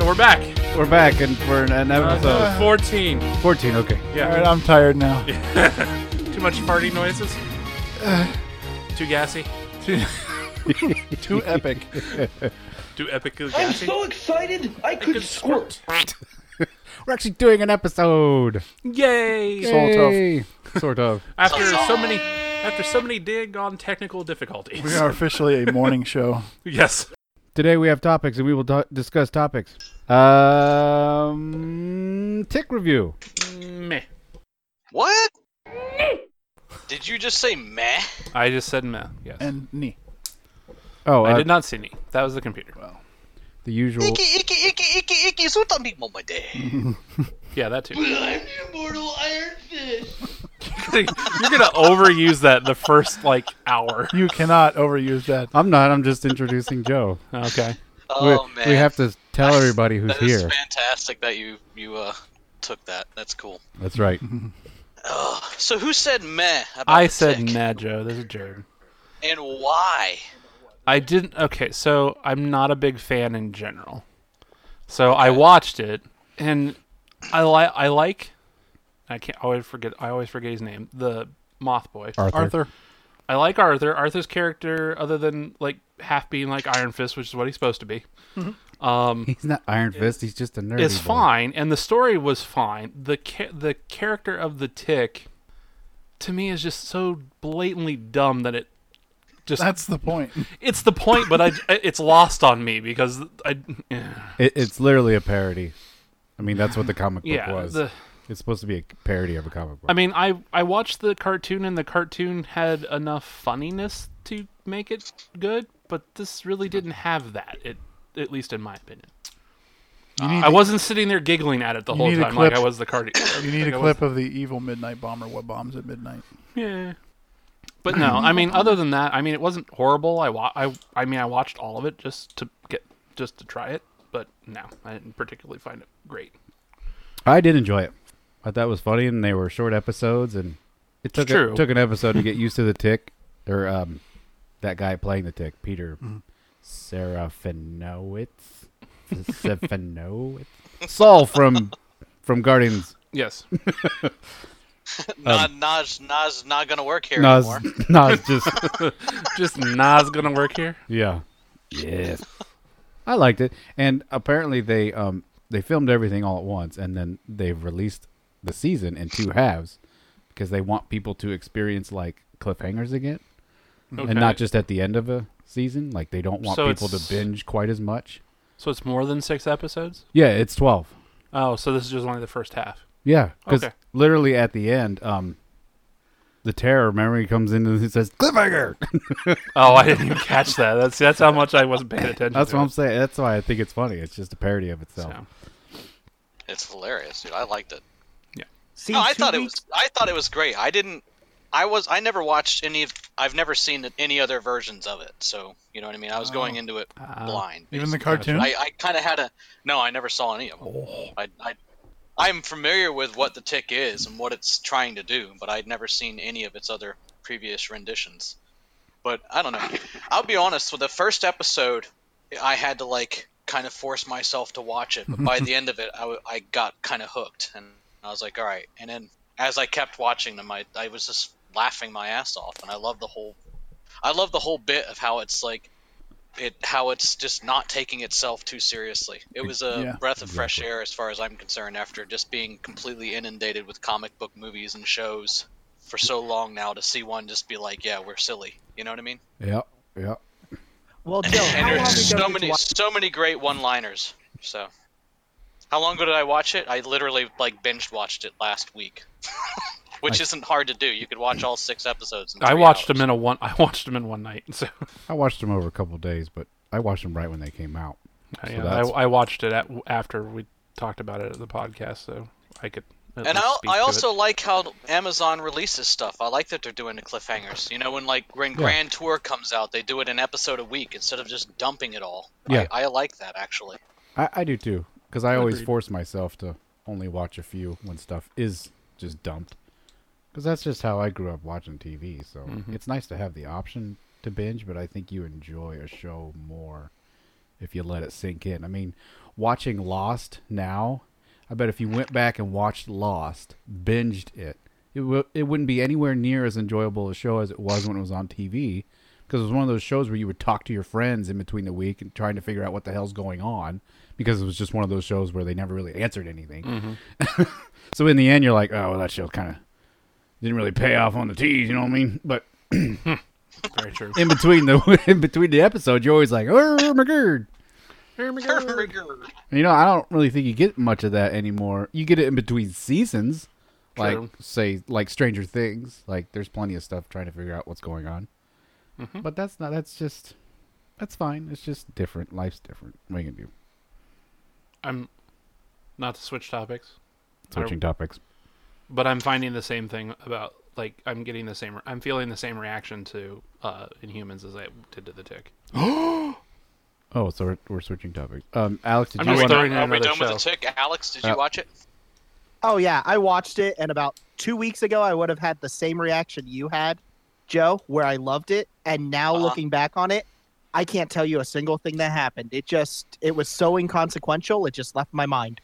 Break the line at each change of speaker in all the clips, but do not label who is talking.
we're back.
We're back and for an, an
Uh,
episode
14.
14. Okay.
Yeah.
All right, I'm tired now.
Too much farty noises? Too gassy?
Too, too epic.
Too epically
I'm
gassy?
so excited I could,
could
squirt.
We're actually doing an episode.
Yay!
Sort of.
Yay. Sort of.
After so many after so many dig on technical difficulties.
We are officially a morning show.
Yes.
Today we have topics and we will do- discuss topics. Um, tick review.
Meh.
What? Did you just say meh?
I just said meh. Yes.
And knee.
Oh,
I
uh,
did not see me. That was the computer.
the usual.
Icky, icky, icky, icky, icky, suta mi mama de.
Yeah, that too.
I'm the immortal iron fish.
You're gonna overuse that the first like hour.
You cannot overuse that.
I'm not. I'm just introducing Joe.
Okay.
Oh
we,
man.
we have to tell everybody who's
That is
here.
fantastic that you you uh took that. That's cool.
That's right.
Ugh. So who said meh about
I
the
said
tick?
meh, Joe. This is Jared.
And why?
I didn't. Okay, so I'm not a big fan in general. So I watched it, and I like. I like. I can't always forget. I always forget his name. The Moth Boy.
Arthur.
Arthur.
I like Arthur. Arthur's character, other than like half being like Iron Fist, which is what he's supposed to be,
He's not Iron Fist. He's just a nerd.
is fine, and the story was fine. the ca- The character of the Tick, to me, is just so blatantly dumb that it just
That's the point.
it's the point, but I it's lost on me because I.
It, it's literally a parody. I mean, that's what the comic book
Yeah,
was.
the-
It's supposed to be a parody of a comic book.
I mean, I I watched the cartoon and the cartoon had enough funniness to make it good, but this really didn't have that. It at least in my opinion. I wasn't sitting there giggling at it the whole
need a
time like
clip.
I was the cartoon.
You need a clip of the evil midnight bomber. What bombs at midnight?
Yeah. But no, I mean, other than that, I mean, it wasn't horrible. I wa- I I mean, I watched all of it just to get just to try it, but no, I didn't particularly find it great.
I did enjoy it. I thought it was funny, and they were short episodes, and it took
true.
A, took an episode to get used to the tick or um, that guy playing the tick, Peter Serafinowicz, Serafinowicz, Saul from from Guardians.
Yes.
Um,
Nah, Nas, Nas, not gonna work here
Nas,
anymore.
Nas just
just Nas gonna work here.
yeah, yes. I liked it, and apparently they um they filmed everything all at once, and then they've released the season in two halves because they want people to experience like cliffhangers again.
Okay.
and not just at the end of a season. Like they don't want
So
people
it's-
to binge quite as much.
So it's more than six episodes.
Yeah, it's twelve.
Oh, so this is just only the first half.
Yeah, because
Okay.
literally at the end, um, the terror memory comes in and it says cliffhanger.
Oh, I didn't even catch that. That's that's how much I wasn't paying attention.
That's
to
what I'm saying. That's why I think it's funny. It's just a parody of
it.
itself.
So,
It's hilarious, dude. I liked it.
See,
no, I
two
thought it
weeks-
was. I thought it was great. I didn't. I was. I never watched any. of I've never seen any other versions of it. So you know what I mean. I was going into it blind.
Oh, uh, Even
basically.
the cartoon? Oh.
I, I kind of had a. No, I never saw any of them. I, I, I'm familiar with what the tick is and what it's trying to do, but I'd never seen any of its other previous renditions. But I don't know. I'll be honest. With the first episode, I had to like kind of force myself to watch it. But by the end of it, I, w- I got kind of hooked, and I was like, all right. And then as I kept watching them, I, I was just laughing my ass off, and I love the whole, I love the whole bit of how it's like, it how it's just not taking itself too seriously. It was a
Yeah.
breath of fresh air as far as I'm concerned after just being completely inundated with comic book movies and shows for so long now to see one just be like, yeah, we're silly. You know what I mean?
Yeah, yeah.
Well, Joe,
and
how long ago
there's so
did
many
you watch?
so many great one-liners. So, how long ago did I watch it? I literally like binge watched it last week, which isn't hard to do. You could watch all six episodes. In
I
three
watched
hours.
them in a one. I watched them in one night. So
I watched them over a couple of days, but I watched them right when they came out.
yeah, I,
that's-
I watched it at, after we talked about it at the podcast, so I could. at
And
least
I,
speak
I
to it.
also like how Amazon releases stuff. I like that they're doing the cliffhangers. You know, when like when Grand Tour comes out, they do it an episode a week instead of just dumping it all.
Yeah.
I, I like that actually.
I, I do too, because I always
Agreed.
force myself to only watch a few when stuff is just dumped. Because that's just how I grew up watching TV. So it's nice to have the option to binge, but I think you enjoy a show more if you let it sink in. I mean, watching Lost now, I bet if you went back and watched Lost, binged it, it w- it wouldn't be anywhere near as enjoyable a show as it was when it was on TV. Because it was one of those shows where you would talk to your friends in between the week and trying to figure out what the hell's going on. Because it was just one of those shows where they never really answered anything. so in the end, you're like, oh, well, that show kind of didn't really pay off on the tees. You know what I mean? But
Very true.
in between the in between the episodes, you're always like, "Oh my god!" You know, I don't really think you get much of that anymore. You get it in between seasons, like
True.
say, like Stranger Things. Like, there's plenty of stuff trying to figure out what's going on.
Mm-hmm.
But that's not. That's just. That's fine. It's just different. Life's different. What are you gonna do?
I'm not to switch topics,
Switching topics.
but I'm finding the same thing about like I'm getting the same. I'm feeling the same reaction to uh, Inhumans as I did to the Tick.
Oh, so we're, we're switching topics. Um, Alex, did
I'm
you
just
want?
throwing
to
in
Are we
another
done with
show.
the tick? Alex, did you
Uh,
watch it?
Oh yeah, I watched it, and about two weeks ago, I would have had the same reaction you had, Joe, where I loved it, and now
Uh-huh.
looking back on it, I can't tell you a single thing that happened. It just, it was so inconsequential, it just left my mind.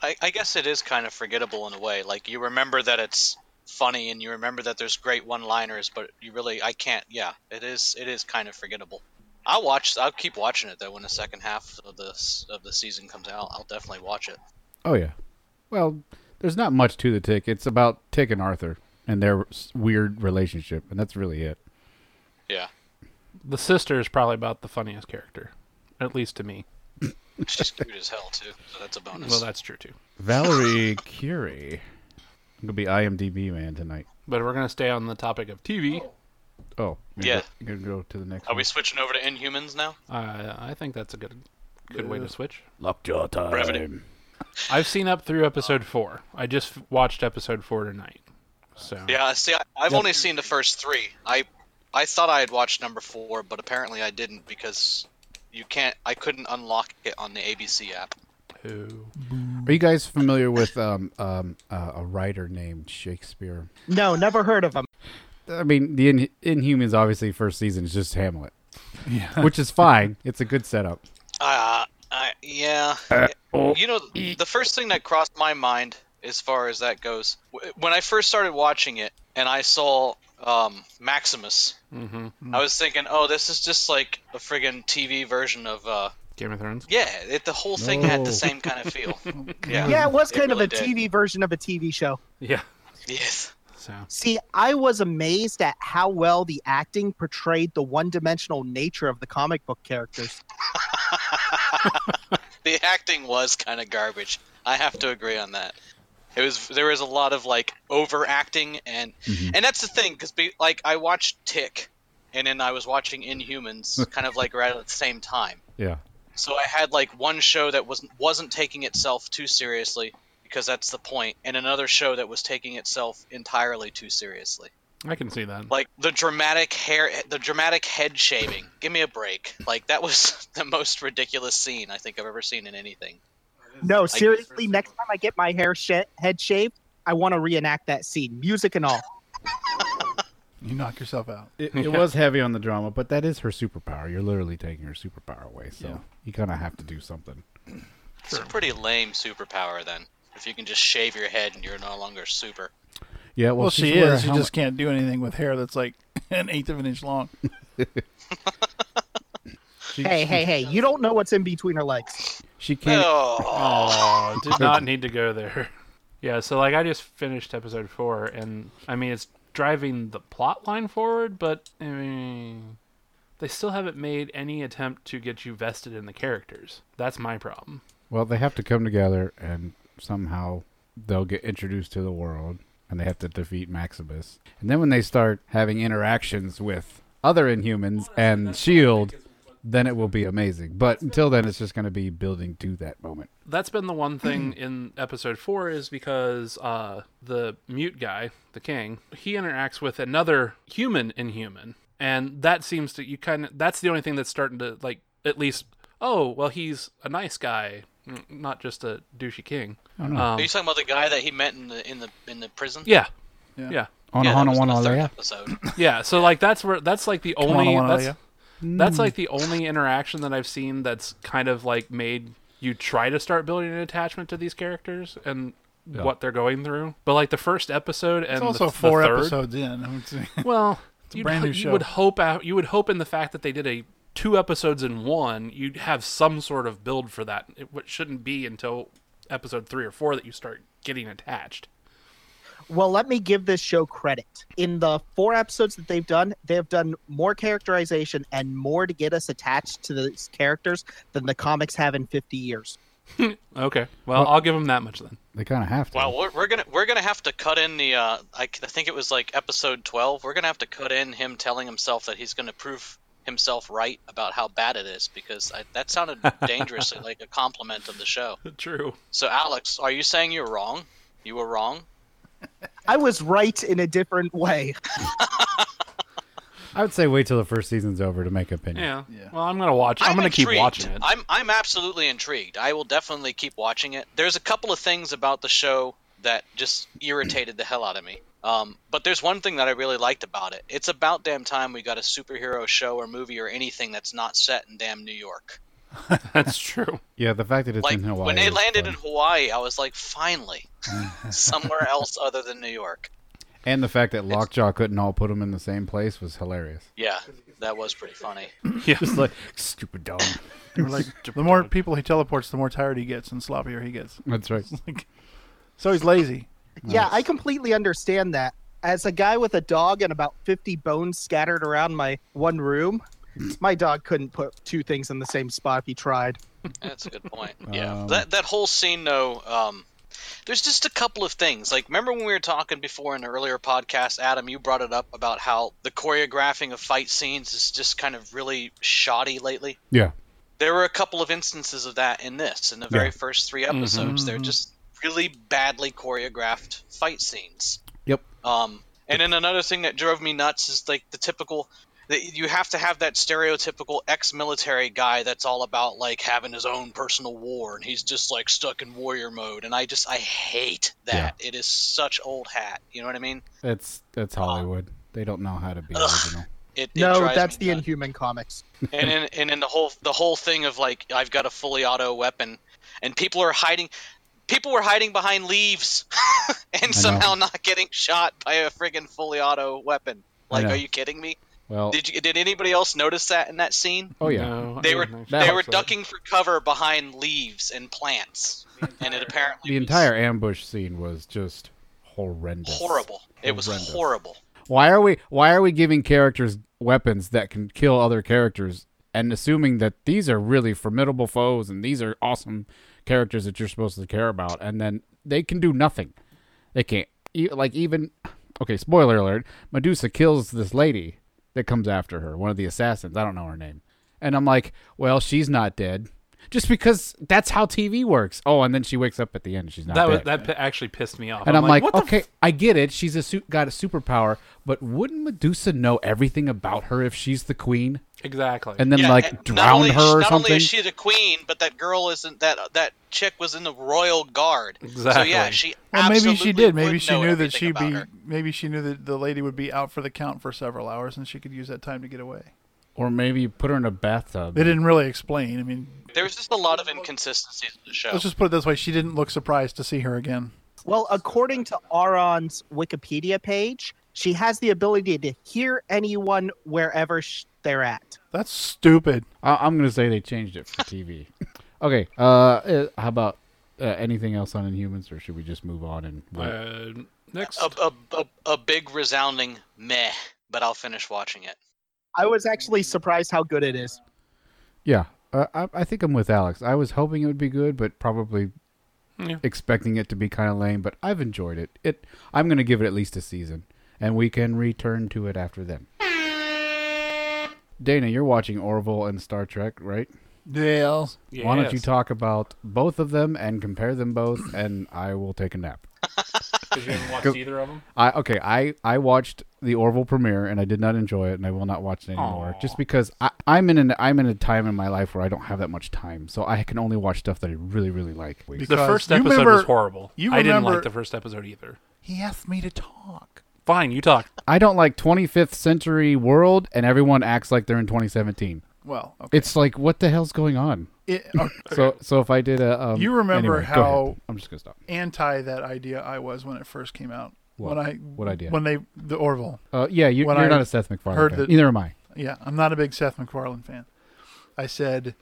I, I guess it is kind of forgettable in a way. Like you remember that it's funny and you remember that there's great one-liners, but you really I can't. Yeah, it is. It is kind of forgettable. I'll watch. I'll keep watching it though. When the second half of the s- of the season comes out, I'll definitely watch it.
Oh yeah. Well, there's not much to the tick. It's about Tick and Arthur and their s- weird relationship, and that's really it.
Yeah,
The sister is probably about the funniest character, at least to me.
she's cute as hell too, so that's a bonus.
Well, that's true too.
Valerie Curie. I'm gonna be IMDb man tonight.
But we're gonna stay on the topic of TV.
Oh, you're
Yeah.
Go, you're gonna go to the next.
Are
one.
we switching over to Inhumans now?
Uh, I think that's a good good way to switch.
Lockjaw time.
Brevity.
I've seen up through episode four. I just watched episode four tonight. So
Yeah. See, I, I've only seen the first three. I I thought I had watched number four, but apparently I didn't because you can't. I couldn't unlock it on the ABC app.
Ooh.
Are you guys familiar with um, um, uh, a writer named Shakespeare?
No, never heard of him.
I mean, the In- Inhumans obviously first season is just Hamlet, yeah. which is fine. It's a good setup.
Uh, I, yeah. you know, the first thing that crossed my mind as far as that goes, w- when I first started watching it and I saw um, Maximus, I was thinking, oh, this is just like a friggin' TV version of. Uh,
Game of Thrones.
yeah, it, the whole thing had
No.
the same kind of feel. yeah.
Yeah, it was kind
really
of a
did.
TV version of a TV show.
Yeah.
Yes.
So
See, I was amazed at how well the acting portrayed the one-dimensional nature of the comic book characters.
the acting was kind of garbage. I have to agree on that. It was there was a lot of like overacting and and that's the thing because be, like I watched Tick, and then I was watching Inhumans kind of like right at the same time.
Yeah.
So I had like one show that wasn't wasn't taking itself too seriously because that's the point, and another show that was taking itself entirely too seriously.
I can see that.
Like the dramatic hair, the dramatic head shaving. Give me a break. Like that was the most ridiculous scene I think I've ever seen in anything.
No, seriously, next time I get my hair sh- head shaved, I want to reenact that scene, music and all.
You knock yourself out.
It, it was heavy on the drama, but that is her superpower. You're literally taking her superpower away, so
Yeah.
you kind of have to do something.
It's a pretty lame superpower then. If you can just shave your head and you're no longer super.
Yeah, well,
Well,
she's
she
wearing a
is. She
helmet.
just can't do anything with hair that's like an eighth of an inch long.
She-
Hey, hey, hey, you don't know what's in between her legs.
she can't.
Oh,
Oh, did not need to go there. Yeah, so like I just finished episode four, and I mean it's driving the plot line forward, but I mean they still haven't made any attempt to get you vested in the characters. That's my problem.
Well, they have to come together and somehow they'll get introduced to the world and they have to defeat Maximus. And then when they start having interactions with other Inhumans and S.H.I.E.L.D., E then it will be amazing. But until then, it's just going to be building to that moment.
that's been the one thing in episode four is because uh, the mute guy, the king, he interacts with another human inhuman, and that seems to you kind of that's the only thing that's starting to like at least oh well he's a nice guy, n- not just a douchey king.
are
Um,
you talking about the guy that he met in the in the in the prison?
yeah,
Yeah.
yeah,
On
yeah,
a
that
Hana
was in
Wana
the third
Leia.
episode.
yeah. So like that's where that's like the only
Wanna wanna
that's,
ya? Mm.
That's like the only interaction that I've seen that's kind of like made you try to start building an attachment to these characters and what they're going through. But like the first episode and
It's also
the, the
four
third,
episodes in.
Well,
a
you'd,
brand
ho-
new
you
show.
would hope out. You would hope in the fact that they did a two episodes in one, you'd have some sort of build for that. It, what shouldn't be until episode three or four that you start getting attached.
Well, let me give this show credit. In the four episodes that they've done, they've done more characterization and more to get us attached to these characters than the comics have in 50 years.
Okay. Well, I'll give them that much then.
They kind of have to.
Well, we're, we're gonna we're gonna have to cut in the. Uh, I, c- I think it was like episode twelve. We're gonna have to cut in him telling himself that he's gonna prove himself right about how bad it is because I, that sounded dangerously like a compliment of the show.
True.
So, Alex, are you saying you're wrong? You were wrong.
I was right in a different way.
I would say wait till the first season's over to make an opinion.
Yeah.
Yeah.
Well, I'm gonna watch. I'm, gonna keep
intrigued.
watching it.
I'm I'm absolutely intrigued. I will definitely keep watching it. There's a couple of things about the show that just irritated the hell out of me. Um, but there's one thing that I really liked about it. It's about damn time we got a superhero show or movie or anything that's not set in damn New York.
That's true.
Yeah, the fact that it's
Like
in Hawaii.
when they
is
landed
fun.
in Hawaii, I was like, finally, somewhere else other than New York.
and the fact that Lockjaw couldn't all put them in the same place was hilarious.
Yeah, that was pretty funny.
Yeah.
Just like stupid dog.
We're like, the more people he teleports, the more tired he gets and sloppier he gets.
That's right.
So he's lazy.
Yeah, I completely understand that. As a guy with a dog and about 50 bones scattered around my one room, my dog couldn't put two things in the same spot if he tried.
That's a good point. Yeah,
Um,
that that whole scene though, um, there's just a couple of things. Like, remember when we were talking before in an earlier podcast, Adam, you brought it up about how the choreographing of fight scenes is just kind of really shoddy lately.
Yeah.
There were a couple of instances of that in this, in the very first three episodes. They're
Mm-hmm.
just really badly choreographed fight scenes.
Yep.
Um, and then another thing that drove me nuts is like the typical that you have to have that stereotypical ex-military guy that's all about like having his own personal war and he's just like stuck in warrior mode and I just I hate that. It is such old hat. You know what I mean?
That's
Uh,
that's Hollywood. They don't know how to be original.
It, it
No,
drives
that's
me
the
nuts.
Inhuman comics.
and in, and in the whole the whole thing of like I've got a fully auto weapon, and people are hiding, people were hiding behind leaves, and somehow not getting shot by a friggin' fully auto weapon.
I
Like,
know.
are you kidding me?
Well,
Did you did anybody else notice that in that scene?
oh yeah.
No, I
They were
didn't
they
actually
were
see that.
ducking for cover behind leaves and plants, and it apparently
The
was
entire ambush scene was just horrendous.
horrible. It was
Horrendous.
horrible.
Why are we why are we giving characters weapons that can kill other characters and assuming that these are really formidable foes and these are awesome characters that you're supposed to care about and then they can do nothing. They can't e- like even okay, spoiler alert, Medusa kills this lady that comes after her, one of the assassins, I don't know her name. And I'm like, well, she's not dead. Just because that's how TV works. Oh, and then she wakes up at the end and she's not
That
dead.
was that p- actually pissed me off.
And I'm, like,
what the
okay, I get it. She's a suit, got a superpower, but wouldn't Medusa know everything about her if she's the queen?
f- exactly.
And then
Yeah,
like
and not
drown
only,
her or
not
something?
only is she the queen, but that girl isn't that that chick was in the royal guard. So yeah,
Exactly.
she.
Well, maybe she
absolutely
did. Maybe
would
she
know
knew that
everything
she'd
about
be.
her.
Maybe she knew that the lady would be out for the count for several hours, and she could use that time to get away.
or maybe you put her in a bathtub.
They didn't really explain. I mean,
There was just a lot of inconsistencies in the show.
let's just put it this way: she didn't look surprised to see her again.
Well, according to Aron's Wikipedia page, she has the ability to hear anyone wherever sh- they're at.
That's stupid.
I- I'm gonna say they changed it for TV. okay, uh, uh, how about uh, anything else on Inhumans, or should we just move on and? wait?
Uh, next.
a, a, a, a big resounding meh, but I'll finish watching it.
I was actually surprised how good it is.
yeah, uh, I-, I think I'm with Alex. I was hoping it would be good, but probably.
Yeah.
Expecting it to be kind of lame, but I've enjoyed it. It I'm gonna give it at least a season, and we can return to it after then. Dana, you're watching Orville and Star Trek, right?
Yeah.
Why don't you
Yes.
talk about both of them and compare them both, and I will take a nap.
'Cause you haven't watched either of them.
I okay, I I watched the Orville premiere and I did not enjoy it, and I will not watch it anymore,
Aw.
just because I, I'm in an I'm in a time in my life where I don't have that much time, so I can only watch stuff that I really really like.
The
Because
first
you
episode
remember-
was horrible.
you
I didn't like
remember-
the first episode either.
He asked me to talk.
Fine, you talk.
I don't like 25th century world, and everyone acts like they're in 2017.
Well, okay.
It's like, what the hell's going on?
It- uh,
So, so if I did a, um,
You remember
anyway, go ahead.
how-
I'm just gonna stop.
anti that idea I was when it first came out.
What?
When I
What idea?
When they the Orville.
Uh, yeah, you,
when
you're
I
not a Seth MacFarlane.
heard
fan.
that-
Neither am I.
Yeah, I'm not a big Seth MacFarlane fan. I said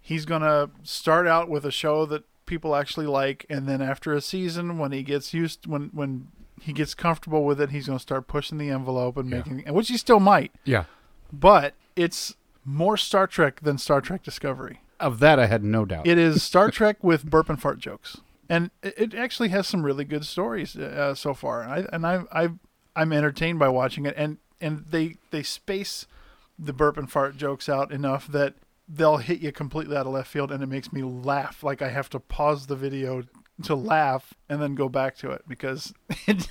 he's gonna start out with a show that people actually like, and then after a season, when he gets used, when when he gets comfortable with it, he's gonna start pushing the envelope and making, and which he still might,
Yeah.
but it's more Star Trek than Star Trek Discovery.
Of that, I had no doubt.
It is Star Trek with burp and fart jokes, and it- it actually has some really good stories uh, so far. I, and I, I, I'm entertained by watching it, and and they they space the burp and fart jokes out enough that they'll hit you completely out of left field, and it makes me laugh. Like I have to pause the video to laugh and then go back to it because it,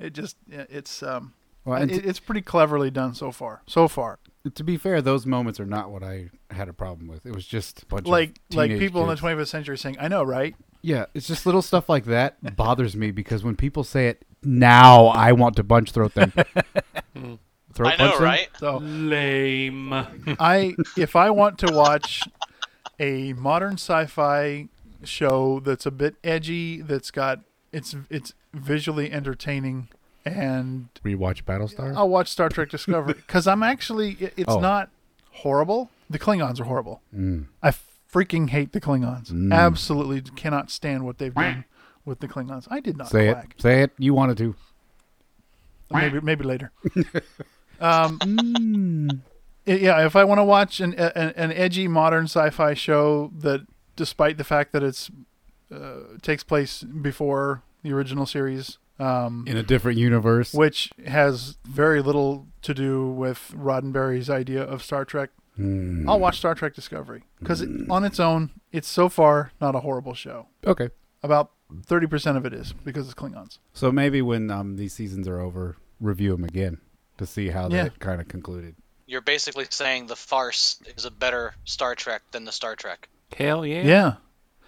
it just it's um
Well, and
it, it's pretty cleverly done so far. So far,
t- to be fair, those moments are not what I had a problem with. It was just a bunch
like
of
like
teenage
people in the
kids.
25th century saying, "I know, right."
Yeah, it's just little stuff like that bothers me because when people say it now, I want to bunch throat them. throat
I know,
punch them?
right?
So
Lame.
I if I want to watch a modern sci-fi show that's a bit edgy, that's got it's it's visually entertaining, and
Rewatch Battlestar.
I'll watch Star Trek Discovery because I'm actually it- it's
Oh. Mm.
not horrible. The Klingons are horrible. I freaking hate the Klingons. Absolutely cannot stand what they've done with the Klingons. I did not
Say it.
quack.
Say it. You wanted to.
Maybe maybe later. um, i- yeah, if I want to watch an, an an edgy modern sci-fi show that, despite the fact that it's uh, takes place before the original series, um,
In a different universe.
which has very little to do with Roddenberry's idea of Star Trek, I'll watch Star Trek Discovery because it, on its own, it's so far not a horrible show.
Okay.
About thirty percent of it is because it's Klingons.
So maybe when um, these seasons are over, review them again to see how
Yeah.
that kind of concluded.
You're basically saying the farce is a better Star Trek than the Star Trek.
Hell yeah.
Yeah,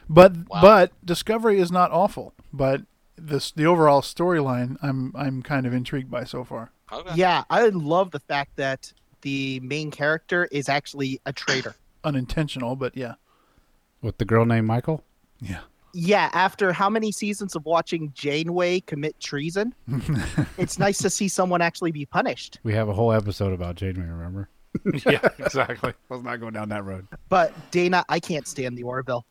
but
Wow.
but Discovery is not awful. But this the overall storyline I'm I'm kind of intrigued by so far.
Okay.
Yeah, I love the fact that the main character is actually a traitor.
Unintentional, but yeah,
With the girl named Michael?
yeah.
Yeah, after how many seasons of watching Janeway commit treason, it's nice to see someone actually be punished.
We have a whole episode about Janeway, remember?
yeah, exactly.
Let's not go down that road.
But Dana, I can't stand the Orville.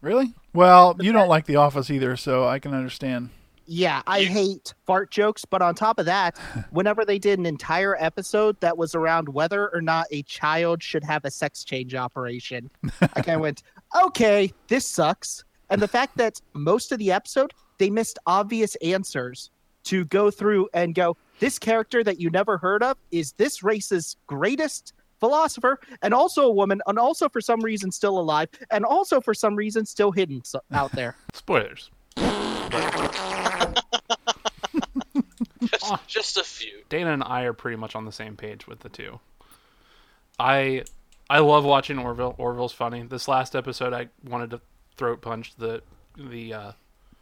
Really? Well, you don't like The Office either, so I can understand.
Yeah, I
You-
hate fart jokes, but on top of that, whenever they did an entire episode that was around whether or not a child should have a sex change operation, I kind of went, okay, this sucks. And the fact that most of the episode, they missed obvious answers to go through and go, this character that you never heard of is this race's greatest philosopher and also a woman and also for some reason still alive and also for some reason still hidden so- out there.
Spoilers.
Just, just a few.
Dana and I are pretty much on the same page with the two. I I love watching Orville. Orville's funny. This last episode, I wanted to throat punch the the uh,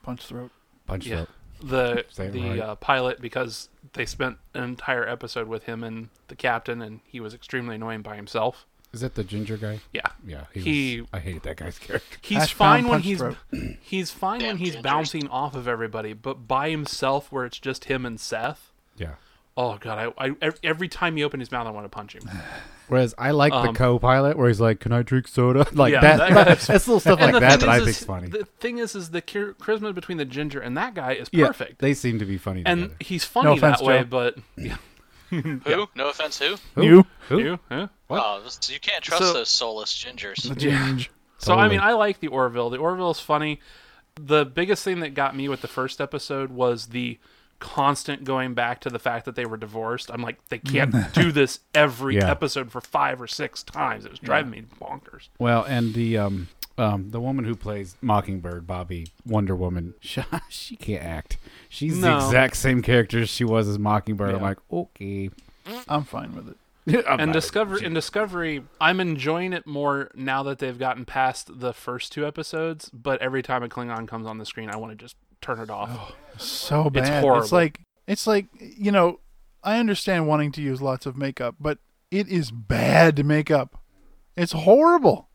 Punch throat.
Punch
yeah
throat.
the
Say it
the
right.
uh, pilot because they spent an entire episode with him and the captain, and he was extremely annoying by himself.
Is that the ginger guy?
Yeah,
Yeah. He.
He-
was- I hated that guy's character.
He's
Ash
fine
Pound
when
punch
he's
throat.
he's fine
Damn
when he's
gingers.
bouncing off of everybody, but by himself where it's just him and Seth.
Yeah.
Oh god, I, I ev- every time he opened his mouth, I want to punch him.
Whereas I like the
Um,
co-pilot where he's like, "Can I drink soda?" Like
Yeah,
that.
that-
that's, little stuff like
the thing
that that I
is-
think's
is-
funny.
The thing is, is the char- charisma between the ginger and that guy is
yeah,
perfect,
They seem to be funny.
and
together.
he's funny
No offense,
that way.
Joe.
But
Who? No offense, who?
Who?
You.
Who?
you, huh?
Oh, this- you can't trust
So-
those soulless gingers.
Ginge.
So I mean,
Totally.
I like the Orville. The Orville's funny. The biggest thing that got me with the first episode was the constant going back to the fact that they were divorced. I'm like, they can't do this every
Yeah.
episode for five or six times. It was driving me bonkers.
Well, and the um um the woman who plays Mockingbird, Bobby Wonder Woman, she, she can't act. She's
No.
the exact same character as she was as Mockingbird. I'm
Yeah.
like, okay.
I'm fine with it.
I'm
and
not-
discovery and discovery i'm enjoying it more now that they've gotten past the first two episodes but every time a klingon comes on the screen i want to just turn it off
So bad.
horrible.
like It's like, you know, I understand wanting to use lots of makeup, but it is bad makeup. It's horrible.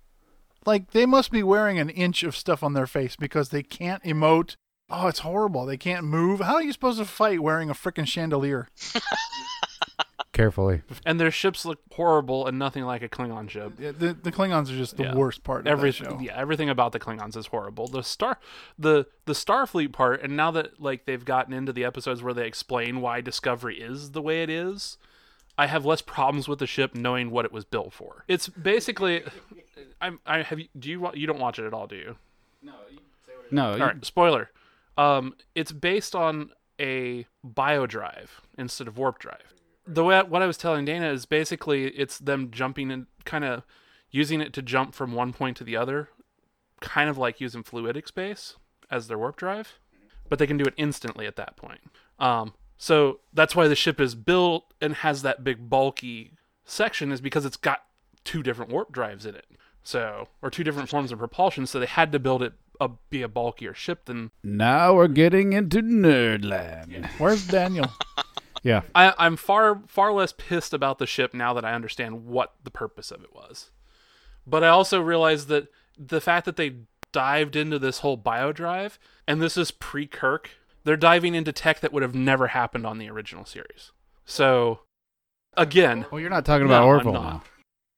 Like they must be wearing an inch of stuff on their face because they can't emote. Oh, it's horrible. They can't move. How are you supposed to fight wearing a freaking chandelier?
Carefully.
And their ships look horrible and nothing like a Klingon ship.
Yeah, The, the Klingons are just the
Yeah.
worst part of every show.
Everything, yeah, everything about the Klingons is horrible. The star, the the Starfleet part, and now that like they've gotten into the episodes where they explain why Discovery is the way it is, I have less problems with the ship knowing what it was built for. It's basically, I'm, I have you, do you wa- you don't watch it at all, do you?
No. you-
All right, spoiler. Um, it's based on a bio drive instead of warp drive. The way what I was telling Dana is basically it's them jumping and kind of using it to jump from one point to the other, kind of like using fluidic space as their warp drive, but they can do it instantly at that point. Um, so that's why the ship is built and has that big bulky section is because it's got two different warp drives in it. So, or two different forms of propulsion, so they had to build it a, be a bulkier ship than
Now we're getting into nerd land. Yeah.
Where's Daniel?
I, I'm far far less pissed about the ship now that I understand what the purpose of it was. But I also realized that the fact that they dived into this whole bio drive, and this is pre Kirk, they're diving into tech that would have never happened on the original series. So, again,
Well, you're not talking about
No, I'm
Orville
not.
now.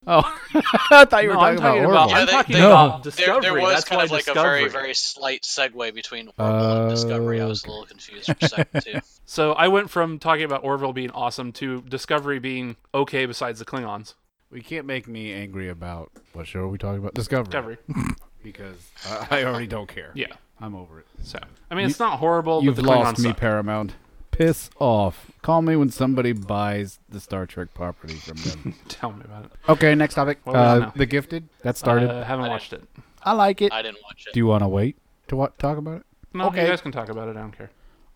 Oh, I thought you were
no,
talking,
I'm talking
about
about,
Orville.
I'm
they-
talking
they-
about
There,
Discovery.
there was
That's
kind
why
of like
Discovery.
a very, very slight segue between Orville and Discovery. I was a
Okay.
little confused for a second too.
So I went from talking about Orville being awesome to Discovery being okay besides the Klingons.
We can't make me angry about what show are we talking about? Discovery.
Discovery.
Because I, I already don't care.
Yeah.
I'm over it.
So I mean, it's not horrible.
You've
but the Klingons
lost me,
suck.
Paramount. Piss off. Call me when somebody buys the Star Trek property from them.
Tell me about it.
okay, next topic.
What are we on
Uh,
now?
the Gifted. That started.
Uh, haven't watched it.
I like it.
I didn't watch it.
Do you want to wait to wa- talk about it?
No,
Okay.
you guys can talk about it. I don't care.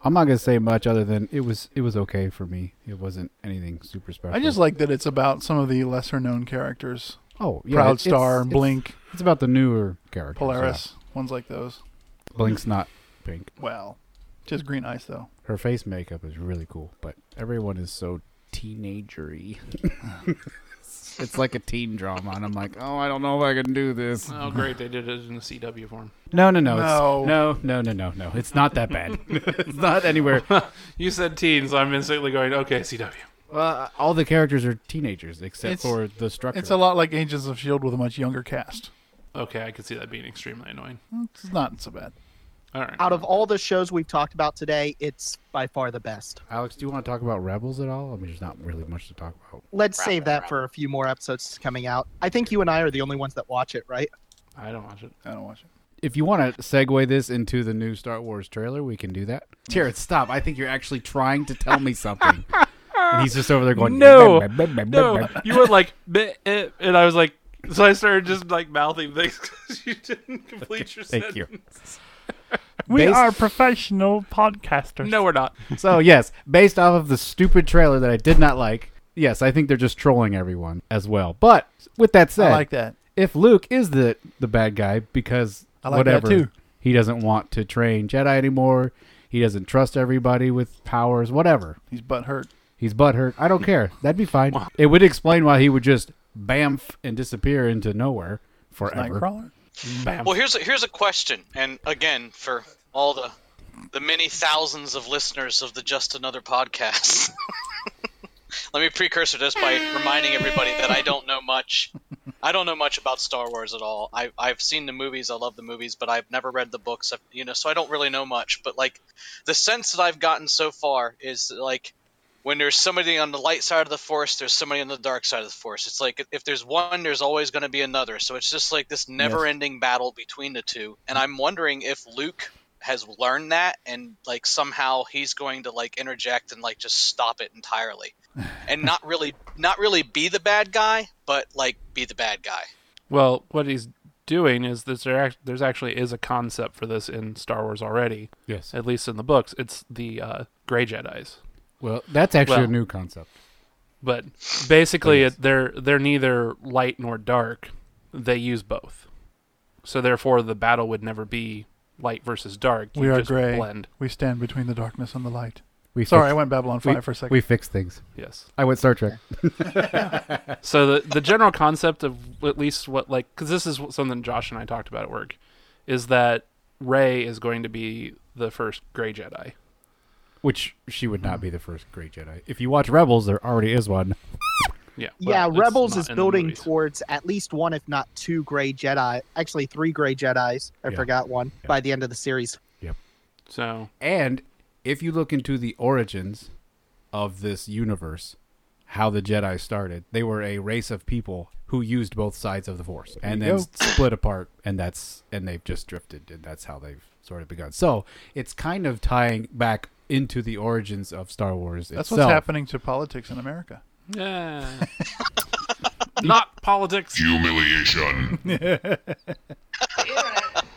I'm not gonna say much other than it was it was okay for me. It wasn't anything super special.
I just like that it's about some of the lesser known characters.
oh yeah,
Proud
it's-
Star,
it's-
Blink,
It's about the newer characters.
Polaris, ones like those.
yeah. Blink's not pink.
Well, just green eyes though.
Her face makeup is really cool, but everyone is so teenagery. it's like a teen drama, and I'm like, oh, I don't know if I can do this.
Oh, great! They did it in the CW form.
No, no, no, it's-
No.
no, no, no, no, no. It's not that bad. it's not anywhere.
You said teens, so I'm instantly going, okay, CW.
Uh, all the characters are teenagers except
It's-
for the structure.
It's a lot like Agents of Shield E with a much younger cast.
Okay, I could see that being extremely annoying.
It's not so bad.
All right.
Out of all the shows we've talked about today, it's by far the best.
Alex, do you want to talk about Rebels at all? I mean, there's not really much to talk about.
Let's
Wrap
save
it
that
up.
for a few more episodes coming out. I think you and I are the only ones that watch it, right?
I don't watch it.
I don't watch it.
If you want to segue this into the new Star Wars trailer, we can do that. Jared, stop! I think you're actually trying to tell me something, and he's just over there going,
No.
"Bah, bah, bah, bah,
No,
bah."
you were like, "Bleh, eh," and I was like, so I started just like mouthing things because you didn't complete your
Thank you.
sentence.
We
Based-
are professional podcasters.
No, we're not.
So yes, based off of the stupid trailer that I did not like, yes, I think they're just trolling everyone as well. But with that said,
I like that.
if Luke is the the bad guy because
I like that
whatever
too.
he doesn't want to train Jedi anymore, he doesn't trust everybody with powers, whatever.
He's butt hurt.
He's butthurt. I don't care. That'd be fine. It would explain why he would just bamf and disappear into nowhere forever.
Nightcrawler.
Well, here's a, here's a question, and again for all the the many thousands of listeners of the Just Another podcast. Let me precursor this by reminding everybody that I don't know much. I don't know much about Star Wars at all. I, I've seen the movies. I love the movies, but I've never read the books. I've- You know, so I don't really know much. But like, the sense that I've gotten so far is like when there's somebody on the light side of the force, there's somebody on the dark side of the force. It's like if there's one, there's always going to be another. So it's just like this never-ending battle between the two. And I'm wondering if Luke has learned that and like somehow he's going to like interject and like just stop it entirely and not really not really be the bad guy but like be the bad guy
Well, what he's doing is that there act- there's actually is a concept for this in Star Wars already,
Yes.
at least in the books. It's the uh, Gray Jedi's.
Well, that's actually
Well-
a new concept.
but basically it, they're they're neither light nor dark they use both so therefore the battle would never be light versus dark
we
You
are
just
gray.
blend
We stand between the darkness and the light.
We
Sorry, I
fixed,
went Babylon
we,
Five for a second.
we fixed things.
Yes.
I went Star Trek.
So the the general concept of at least what like because this is what- something Josh and I talked about at work, is that Ray is going to be the first Gray Jedi.
Which she would not be the first great Jedi. If you watch Rebels, there already is one.
Yeah.
yeah,
well, it's
Rebels
not
is
in the
building
movies.
towards at least one, if not two, gray Jedi. Actually, three gray Jedi's. I
Yeah.
forgot one by the end of the series.
so
And if you look into the origins of this universe, how the Jedi started, they were a race of people who used both sides of the Force and
you
then
go.
split apart, and that's and they've just drifted, and that's how they've sort of begun. So it's kind of tying back into the origins of Star Wars
That's
itself.
what's happening to politics in America.
yeah. not politics.
Humiliation.
internet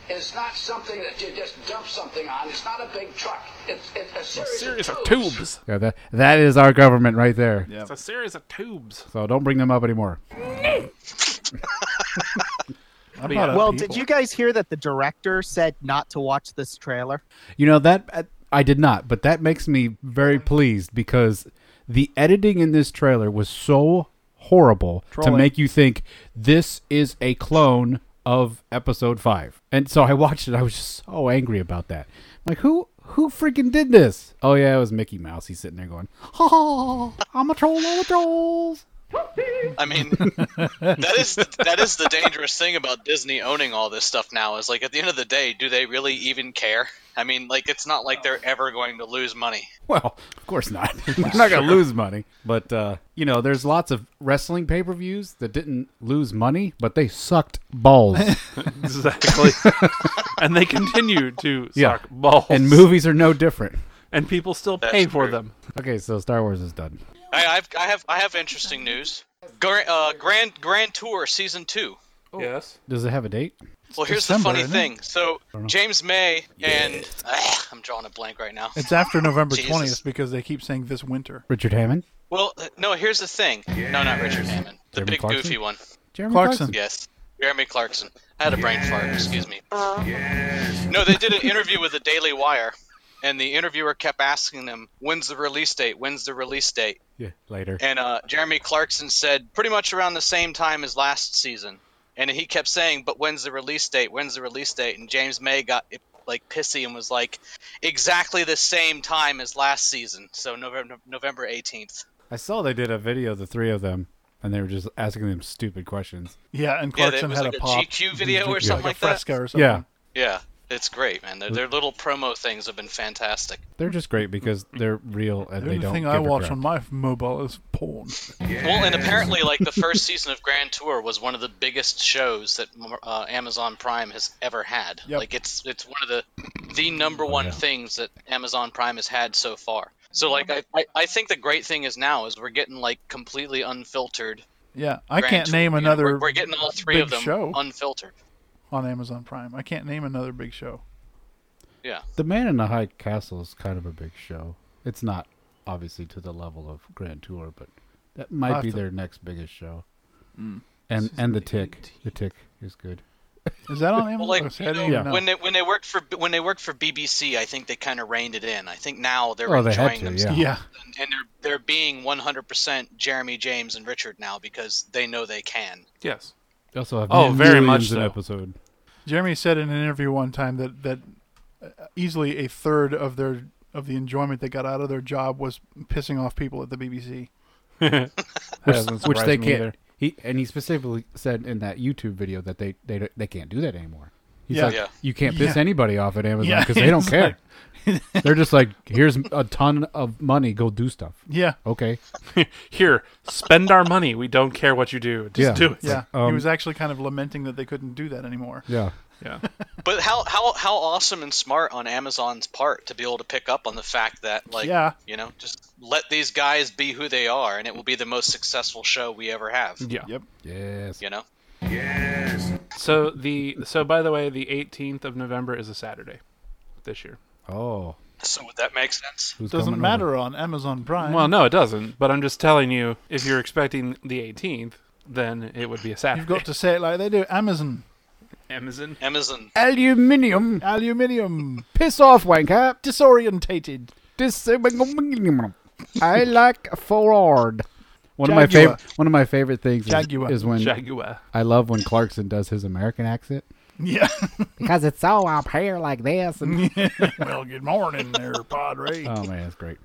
is not something that you just dump something on. It's not a big truck. It's, it's a series,
series
of
of
tubes.
tubes.
Yeah, that, that is our government right there.
Yeah.
It's a series of tubes.
So don't bring them up anymore.
I'm
yeah.
not a
Uh,
well,
people.
did you guys hear that the director said not to watch this trailer?
You know that uh, I did not, but that makes me very pleased because the editing in this trailer was so horrible to
Trolling.
make you think this is a clone of episode 5. And so I watched it I was just so angry about that. I'm like who who freaking did this? Oh yeah, it was Mickey Mouse. He's sitting there going, "Oh, I'm a troll of the trolls."
I mean, that is that is the dangerous thing about Disney owning all this stuff now. Is like at the end of the day, do they really even care? I mean, like it's not like they're ever going to lose money.
Well, of course not. We're not going to lose money. But, uh, you know, there's lots of wrestling pay per views that didn't lose money, but they sucked balls.
Exactly. and they continue to
Yeah.
suck balls.
and movies are no different.
And people still pay
That's
for
true.
them.
Okay, so Star Wars is done.
I, I've I have I have interesting news. Gra- uh, Grand Grand Tour season two.
Yes.
Does it have a date?
Well, here's
December,
the funny
isn't it?
thing. So James May and Ah, I'm drawing a blank right now.
It's after November
Jesus.
twentieth because they keep saying this winter.
Richard Hammond?
Well, no, here's the thing. No, not Richard Hammond. The
Jeremy
big
Clarkson?
goofy one.
Jeremy
Clarkson.
Yes. Jeremy Clarkson. I had a brain fart, excuse me. No, they did an interview with the Daily Wire, and the interviewer kept asking them, when's the release date? When's the release date?
Yeah, later.
And uh, Jeremy Clarkson said, pretty much around the same time as last season. And he kept saying, but when's the release date? When's the release date? And James May got like pissy and was like, exactly the same time as last season. So November, November 18th.
I saw they did a video of the three of them, and they were just asking them stupid questions.
Yeah, and
Yeah, that
Clarkson
was
had
like
a
a
pop
GQ video or
like
something
a
like that?
Fresca or something.
Yeah,
Yeah, it's great, man. Their, their little promo things have been fantastic.
they're just great because they're real and
The
they
only
don't.
thing
give
I
a
watch
crap.
on my mobile is porn.
Well, and apparently, like the first season of Grand Tour was one of the biggest shows that uh, Amazon Prime has ever had.
Yep.
Like it's it's one of the the number
Oh,
one things that Amazon Prime has had so far. So like I, I, I think the great thing is now is we're getting like completely unfiltered.
Yeah, I
Grand
can't
Tour,
name
you know,
another
we're, we're getting all three
big
of them
show
unfiltered.
on Amazon Prime. I can't name another big show.
Yeah.
The Man in the High Castle is kind of a big show. It's not obviously to the level of Grand Tour, but that might
have
be
to-
their next biggest show. Mm. And and the Tick, the Tick is good.
Is that on Amazon?
Well, like
Oh, see, I
you
didn't
know,
even know.
when they when they worked for when they worked for BBC, I think they kind of reined it in. I think now they're
Oh, they
enjoying
had to,
themselves.
yeah.
yeah,
and they're they're being 100% Jeremy James and Richard now because they know they can.
Yes.
They also have
Oh, very
millions
much
an
so.
episode.
Jeremy said in an interview one time that that uh, easily a third of their of the enjoyment they got out of their job was pissing off people at the BBC.
which, which
surprise
they
me
can't.
either.
He and he specifically said in that YouTube video that they they don't- they can't do that anymore. He's
Yeah.
like,
Yeah.
you can't piss
Yeah.
anybody off at Amazon
Yeah,
because they don't
it's
care. They're just like, here's a ton of money, go do stuff.
Yeah,
Okay,
Here, spend our money. We don't care what you do. Just
Yeah.
do it.
yeah.
um,
he was actually kind of lamenting that they couldn't do that anymore.
yeah.
Yeah.
But how how how awesome and smart on Amazon's part to be able to pick up on the fact that like
Yeah.
you know just let these guys be who they are and it will be the most successful show we ever have.
Yeah.
Yep.
Yes.
You know.
So the so by the way, the 18th of November is a Saturday this year.
Oh,
So would that make sense?
who's
Doesn't
coming
matter on Amazon Prime.
Well, no, it doesn't. But I'm just telling you, if you're expecting the 18th, then it would be a Saturday.
You've got to say it like they do. Amazon
Amazon.
Amazon.
Over? Aluminium.
aluminium
Piss off, wanker.
disorientated.
This uh, I like Ford. One of my
Jaguar.
favorite one of my favorite things is,
Jaguar.
is when
Jaguar.
I love when Clarkson does his American accent
Yeah.
because it's all up here like this. And,
well, good morning there, Padre.
oh man, that's great.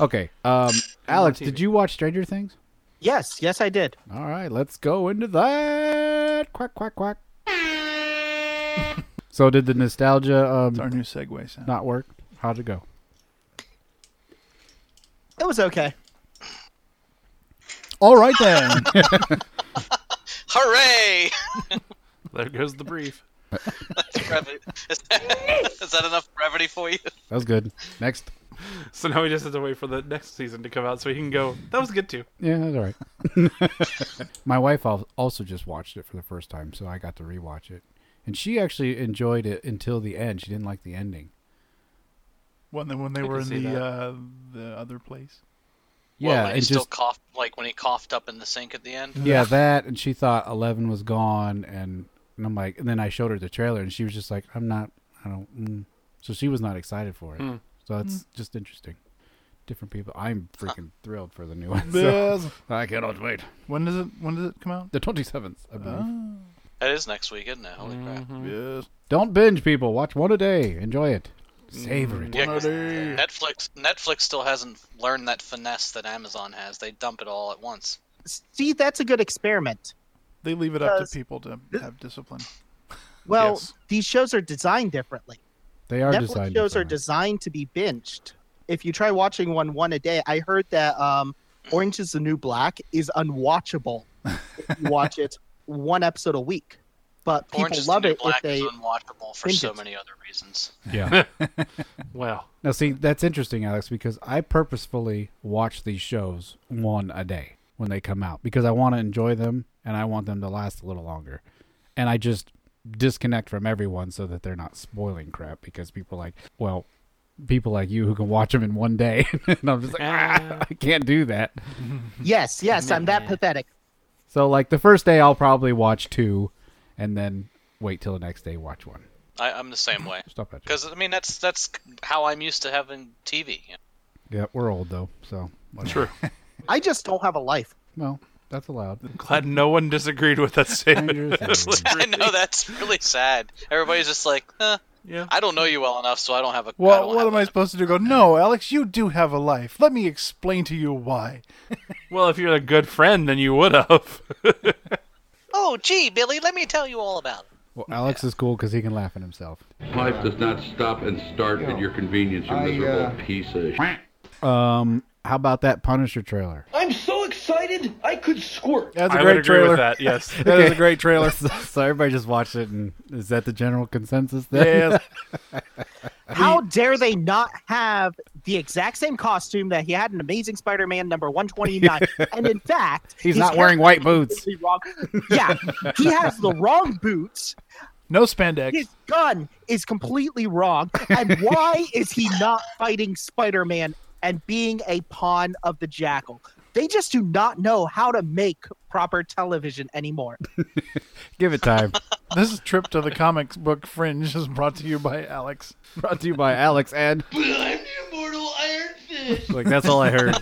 Okay, um, Alex, did you watch Stranger Things?
Yes, yes, I did.
All right, let's go into that. Quack quack quack. so did the nostalgia
It's our
um,
new segue sound.
not work? How'd it go?
It was okay.
All right then.
Hooray!
There goes the brief.
Brevi- is, that, is that enough brevity for you?
That was good. Next.
So now we just have to wait for the next season to come out so he can go. That was good too.
Yeah, that's all right. My wife al- also just watched it for the first time, so I got to rewatch it. And she actually enjoyed it until the end. She didn't like the ending.
when they, when they
I
were in
can see
the
that.
uh, the other place.
well,
Yeah,
when he
and
still
just
coughed, like when he coughed up in the sink at the end.
yeah, that and she thought 11 was gone and and I'm like and then I showed her the trailer and she was just like I'm not I don't mm. so she was not excited for
Hmm.
it. So that's just interesting. Different people. I'm freaking thrilled for the new one. So
Yes.
I cannot wait.
When does it when does it come out?
The 27th, I believe.
That is next week, isn't it? Holy
Mm.
crap!
Yes.
Don't binge, people. Watch one a day. Enjoy it. Savor it.
Yeah, 'cause
Bloody.
Netflix Netflix still hasn't learned that finesse that Amazon has. They dump it all at once.
See, that's a good experiment.
They leave it up
Yes.
to people to have discipline.
Well,
Yes.
these shows are designed differently.
They are
Netflix
designed.
shows are
differently.
designed to be binged. If you try watching one one a day, I heard that um, Orange is the New Black is unwatchable. if you watch it one episode a week, but people
Orange is
love
the New
it if
Black
they.
is unwatchable for
binge
so
it.
many other reasons.
Yeah.
Wow.
now, see, that's interesting, Alex, because I purposefully watch these shows one a day when they come out because I want to enjoy them and I want them to last a little longer. And I just disconnect from everyone so that they're not spoiling crap because people like, well, people like you who can watch them in one day. and I'm just like, ah, I can't do that.
Yes, yes, I'm
Mm.
that pathetic.
So, like, the first day I'll probably watch two and then wait till the next day, watch one.
I, I'm the same way.
Stop that.
Because I mean, that's that's how I'm used to having TV. you know.
Yeah, we're old though, so whatever.
True.
I just don't have a life.
Well, that's allowed.
Glad no one disagreed with that statement.
Stranger Things.
I know that's really sad. Everybody's just like, eh,
Yeah.
I don't know you well enough, so I don't have a. I
Well,
don't
what
have
am
a-
I supposed to do? Go, no, Alex, you do have a life. Let me explain to you why.
Well, if you're a good friend, then you would have.
Oh, gee, Billy, let me tell you all about it.
Well, Alex is cool because he can laugh at himself.
Life does not stop and start at your convenience, you miserable piece of sh-
Um, how about that Punisher trailer?
I'm so excited I could squirt.
That's a
I
great
would agree
trailer.
with that. Yes.
That is a great trailer. so, so everybody just watched it, and is that the general consensus? Then?
Yes.
How dare they not have the exact same costume that he had in Amazing Spider-Man number 129? and in fact,
He's
his
not
hair
wearing
is
white boots.
completely wrong. Yeah, he has the wrong boots.
No spandex.
His gun is completely wrong. And why is he not fighting Spider-Man and being a pawn of the Jackal? They just do not know how to make proper television anymore.
Give it time.
This trip to the comic book fringe is brought to you by Alex.
Brought to you by Alex and
I'm the immortal Iron Fist.
like that's all I heard.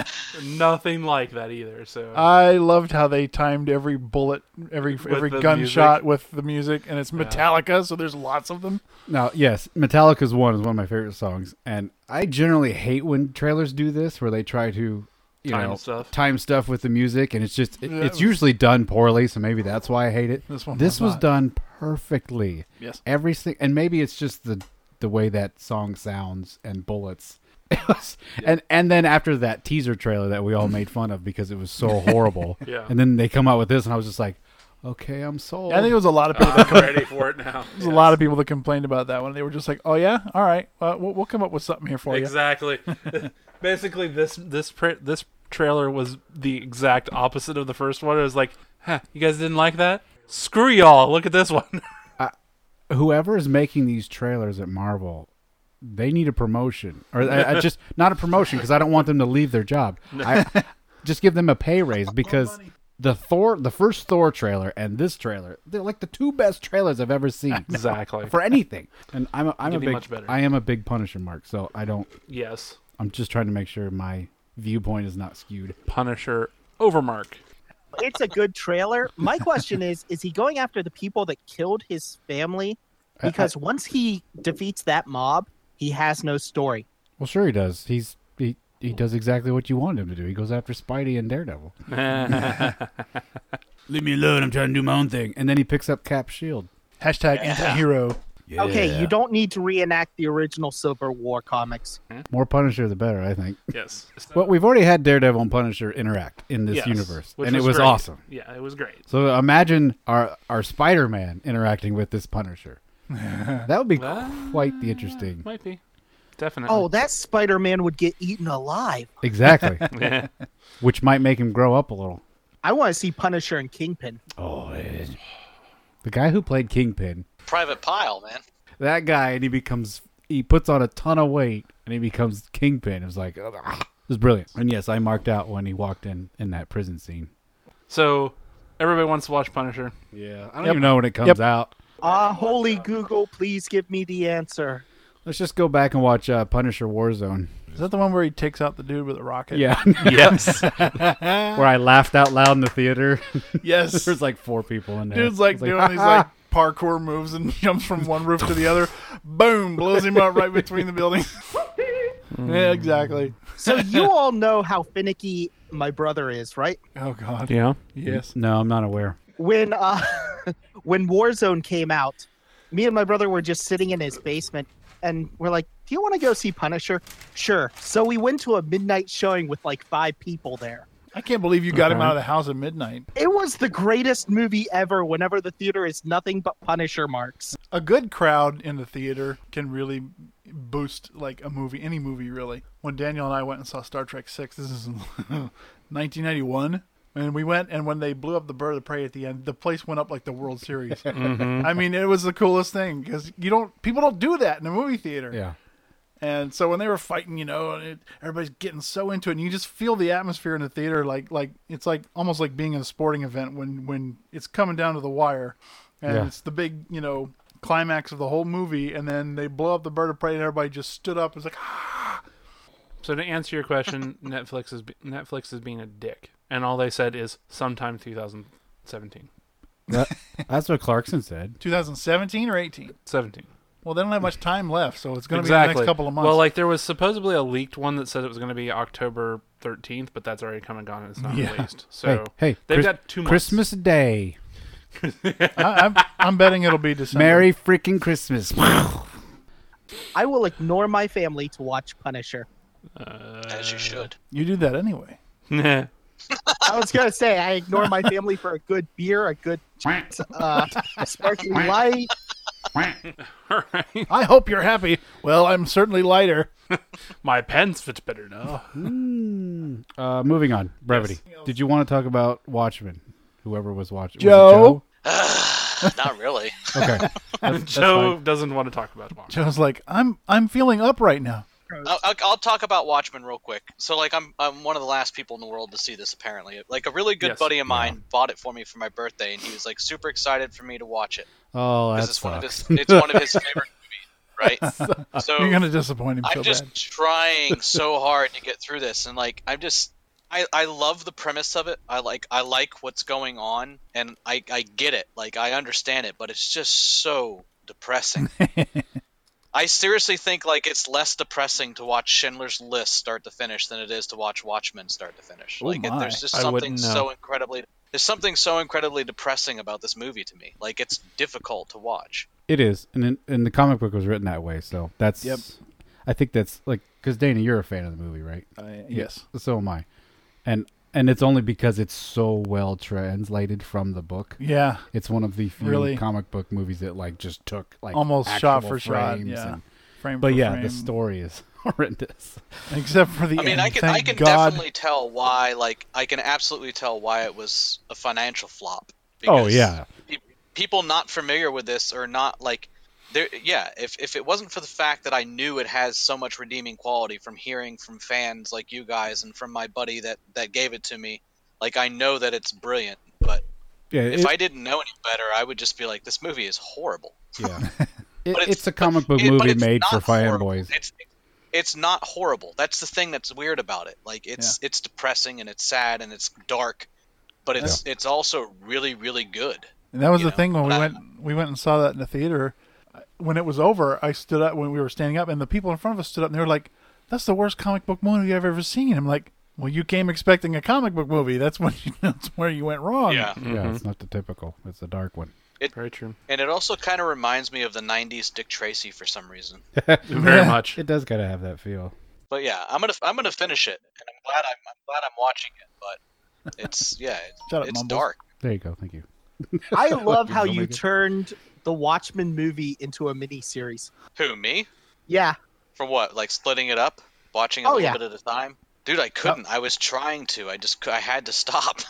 Nothing like that either. So
I loved how they timed every bullet, every every
the
gunshot with the music, and it's Metallica, so there's lots of them.
Now, yes, Metallica's one is one of my favorite songs, and I generally hate when trailers do this, where they try to, you
Time
know,
stuff.
time stuff with the music, and it's just it-
Yeah,
it's
it was-
usually done poorly, so maybe that's why I hate it.
This one
this
was
was
not.
done perfectly.
Yes.
every sing- and maybe it's just the the way that song sounds and bullets. It was, And and then after that teaser trailer that we all made fun of because it was so horrible,
Yeah.
and then they come out with this, and I was just like, okay, I'm sold.
I think it was a lot of people. that,
I'm ready for it now.
it was a lot of people that complained about that one. They were just like, "Oh yeah, all right, well, we'll, we'll come up with something here for you."
Exactly. Basically, this this pr- this trailer was the exact opposite of the first one. It was like, huh, you guys didn't like that? Screw y'all! Look at this one.
whoever is making these trailers at Marvel, they need a promotion, or I, I just not a promotion because I don't want them to leave their job. I, just give them a pay raise because the Thor, the first Thor trailer, and this trailer, they're like the two best trailers I've ever seen
Exactly.
for anything. And I'm a, I'm a
Getting
big
much better.
I am a big Punisher mark, so I don't.
yes.
I'm just trying to make sure my viewpoint is not skewed.
Punisher Overmark.
It's a good trailer. My question is: Is he going after the people that killed his family?
I-
Because once he defeats that mob, he has no story.
Well, sure he does. He's he he does exactly what you want him to do. He goes after Spidey and Daredevil. Leave me alone. I'm trying to do my own thing. And then he picks up Cap shield.
Hashtag anti-hero.
Okay, you don't need to reenact the original Civil War comics.
More Punisher, the better, I think.
Yes. So-
Well, we've already had Daredevil and Punisher interact in this
yes,
universe,
which
and it was
great.
awesome.
Yeah, it was great.
So imagine our our Spider Man interacting with this Punisher. that would be quite the interesting.
Might be. Definitely.
Oh, that Spider-Man would get eaten alive.
Exactly,
yeah.
which might make him grow up a little.
I want to see Punisher and Kingpin.
Oh, the guy who played Kingpin,
Private Pile, man.
that guy, and he becomes he puts on a ton of weight and he becomes Kingpin. It was like ah, it was brilliant. And yes, I marked out when he walked in in that prison scene.
So everybody wants to watch Punisher.
Yeah, I don't even know when it comes out.
Ah, holy Google, please give me the answer.
Let's just go back and watch uh, Punisher Warzone.
Is that the one where he takes out the dude with a rocket?
Yeah,
Yes.
where I laughed out loud in the theater.
Yes.
There's like four people in there.
Dude's like
It's "Ah."
doing these like parkour moves and jumps from one roof to the other. Boom! Blows him up right between the buildings.
Mm.
yeah, exactly.
So you all know how finicky my brother is, right?
Oh God.
yeah.
Yes.
No, I'm not aware.
When uh, when Warzone came out, me and my brother were just sitting in his basement, and we're like, "Do you want to go see Punisher?" Sure. So we went to a midnight showing with like five people there.
I can't believe you got him out of the house at midnight.
It was the greatest movie ever. Whenever the theater is nothing but Punisher marks.
A good crowd in the theater can really boost like a movie, any movie really. When Daniel and I went and saw Star Trek Six, this is 1991. And we went, and when they blew up the bird of prey at the end, the place went up like the World Series. I mean, it was the coolest thing because you don't, people don't do that in a movie theater.
Yeah.
And so when they were fighting, you know, and it, everybody's getting so into it, and you just feel the atmosphere in the theater, like like it's like almost like being in a sporting event when when it's coming down to the wire, and
Yeah.
it's the big you know climax of the whole movie, and then they blow up the bird of prey, and everybody just stood up. It's like "Ah,
So to answer your question, Netflix is be- Netflix is being a dick, and all they said is sometime 2017.
That- that's what Clarkson said.
2017 or 18.
17.
Well, they don't have much time left, so it's going to be the
Exactly.
next couple of months.
Well, like there was supposedly a leaked one that said it was going to be October 13th, but that's already come and gone, and it's not
Yeah.
released. So
hey, hey,
they've
Chris-
got two months.
Christmas Day.
I, I'm, I'm betting it'll be December.
Merry freaking Christmas.
I will ignore my family to watch Punisher.
As
Uh.
you should.
you do that anyway.
I was gonna say I ignore my family for a good beer, a good uh, sparkling light.
All right.
I hope you're happy. Well, I'm certainly lighter.
My pens fit better now.
uh, moving on. Brevity. Did you want to talk about Watchmen? Whoever was watching.
Joe.
Not really.
Okay.
Joe doesn't want to talk about tomorrow.
Joe's like, I'm I'm feeling up right now.
I'll, I'll- I'll talk about Watchmen real quick. So, like, I'm I'm one of the last people in the world to see this. Apparently, like a really good
Yes.
buddy of mine bought it for me for my birthday, and he was like super excited for me to watch it.
Oh, that
This is one of
sucks.
his. It's one of his favorite movies, right? So
You're going to disappoint him so
I'm just
bad.
trying so hard to get through this, and like I'm just, I, I love the premise of it. I like I like what's going on, and I I get it. Like I understand it, but it's just so depressing. I seriously think like it's less depressing to watch Schindler's List start to finish than it is to watch Watchmen start to finish. like it,
my.
there's just
I
something
wouldn't know.
so incredibly there's something so incredibly depressing about this movie to me. Like it's difficult to watch.
It is, and in, and the comic book was written that way, so that's.
Yep.
I think that's like because Dana, you're a fan of the movie, right?
yes.
So am I, and and it's only because it's so well translated from the book.
Yeah.
It's one of the few
Really?
comic book movies that like just took like
Almost shot
actual
for shot.
frames
Yeah.
and-
frame
but
for
yeah,
frame.
the story is horrendous.
Except for the
I mean,
end.
I can
Thank
I can
God.
definitely tell why. Like, I can absolutely tell why it was a financial flop.
Oh,
because
yeah.
pe- people not familiar with this are not like, there. Yeah, if if it wasn't for the fact that I knew it has so much redeeming quality from hearing from fans like you guys and from my buddy that that gave it to me, Like I know that it's brilliant, but
Yeah,
if
it-
I didn't know any better, I would just be like, this movie is horrible.
yeah. It-
But
it's, a comic book
it- but
movie
it's
made for
not horrible.
fanboys.
It's it's not horrible. That's the thing that's weird about it. Like it's it's depressing and it's sad and it's dark, but it's it's also really really good.
And that was
you
the
know,
thing when we
but I-
went we went and saw that in the theater. When it was over, I stood up when we were standing up, and the people in front of us stood up and they were like, "That's the worst comic book movie I've ever seen." I'm like, "Well, you came expecting a comic book movie. That's when that's where you went wrong."
Yeah,
Oh, Yeah, it's not the typical. It's the dark one.
Very true.
and it also kind of reminds me of the '90s Dick Tracy for some reason.
Very
Yeah.
much.
It does gotta have that feel.
But yeah, I'm gonna I'm gonna finish it, and I'm glad I'm, I'm glad I'm watching it. But it's yeah, it,
Shut up,
it's
Mumbles.
dark.
There you go. Thank you.
I love how
Don't
you
make it-
turned the Watchmen movie into a mini series.
Who me?
Yeah,
For what? Like splitting it up, watching a
Oh,
little
yeah.
bit at a time. Dude, I couldn't. I was trying to. I just cou- I had to stop.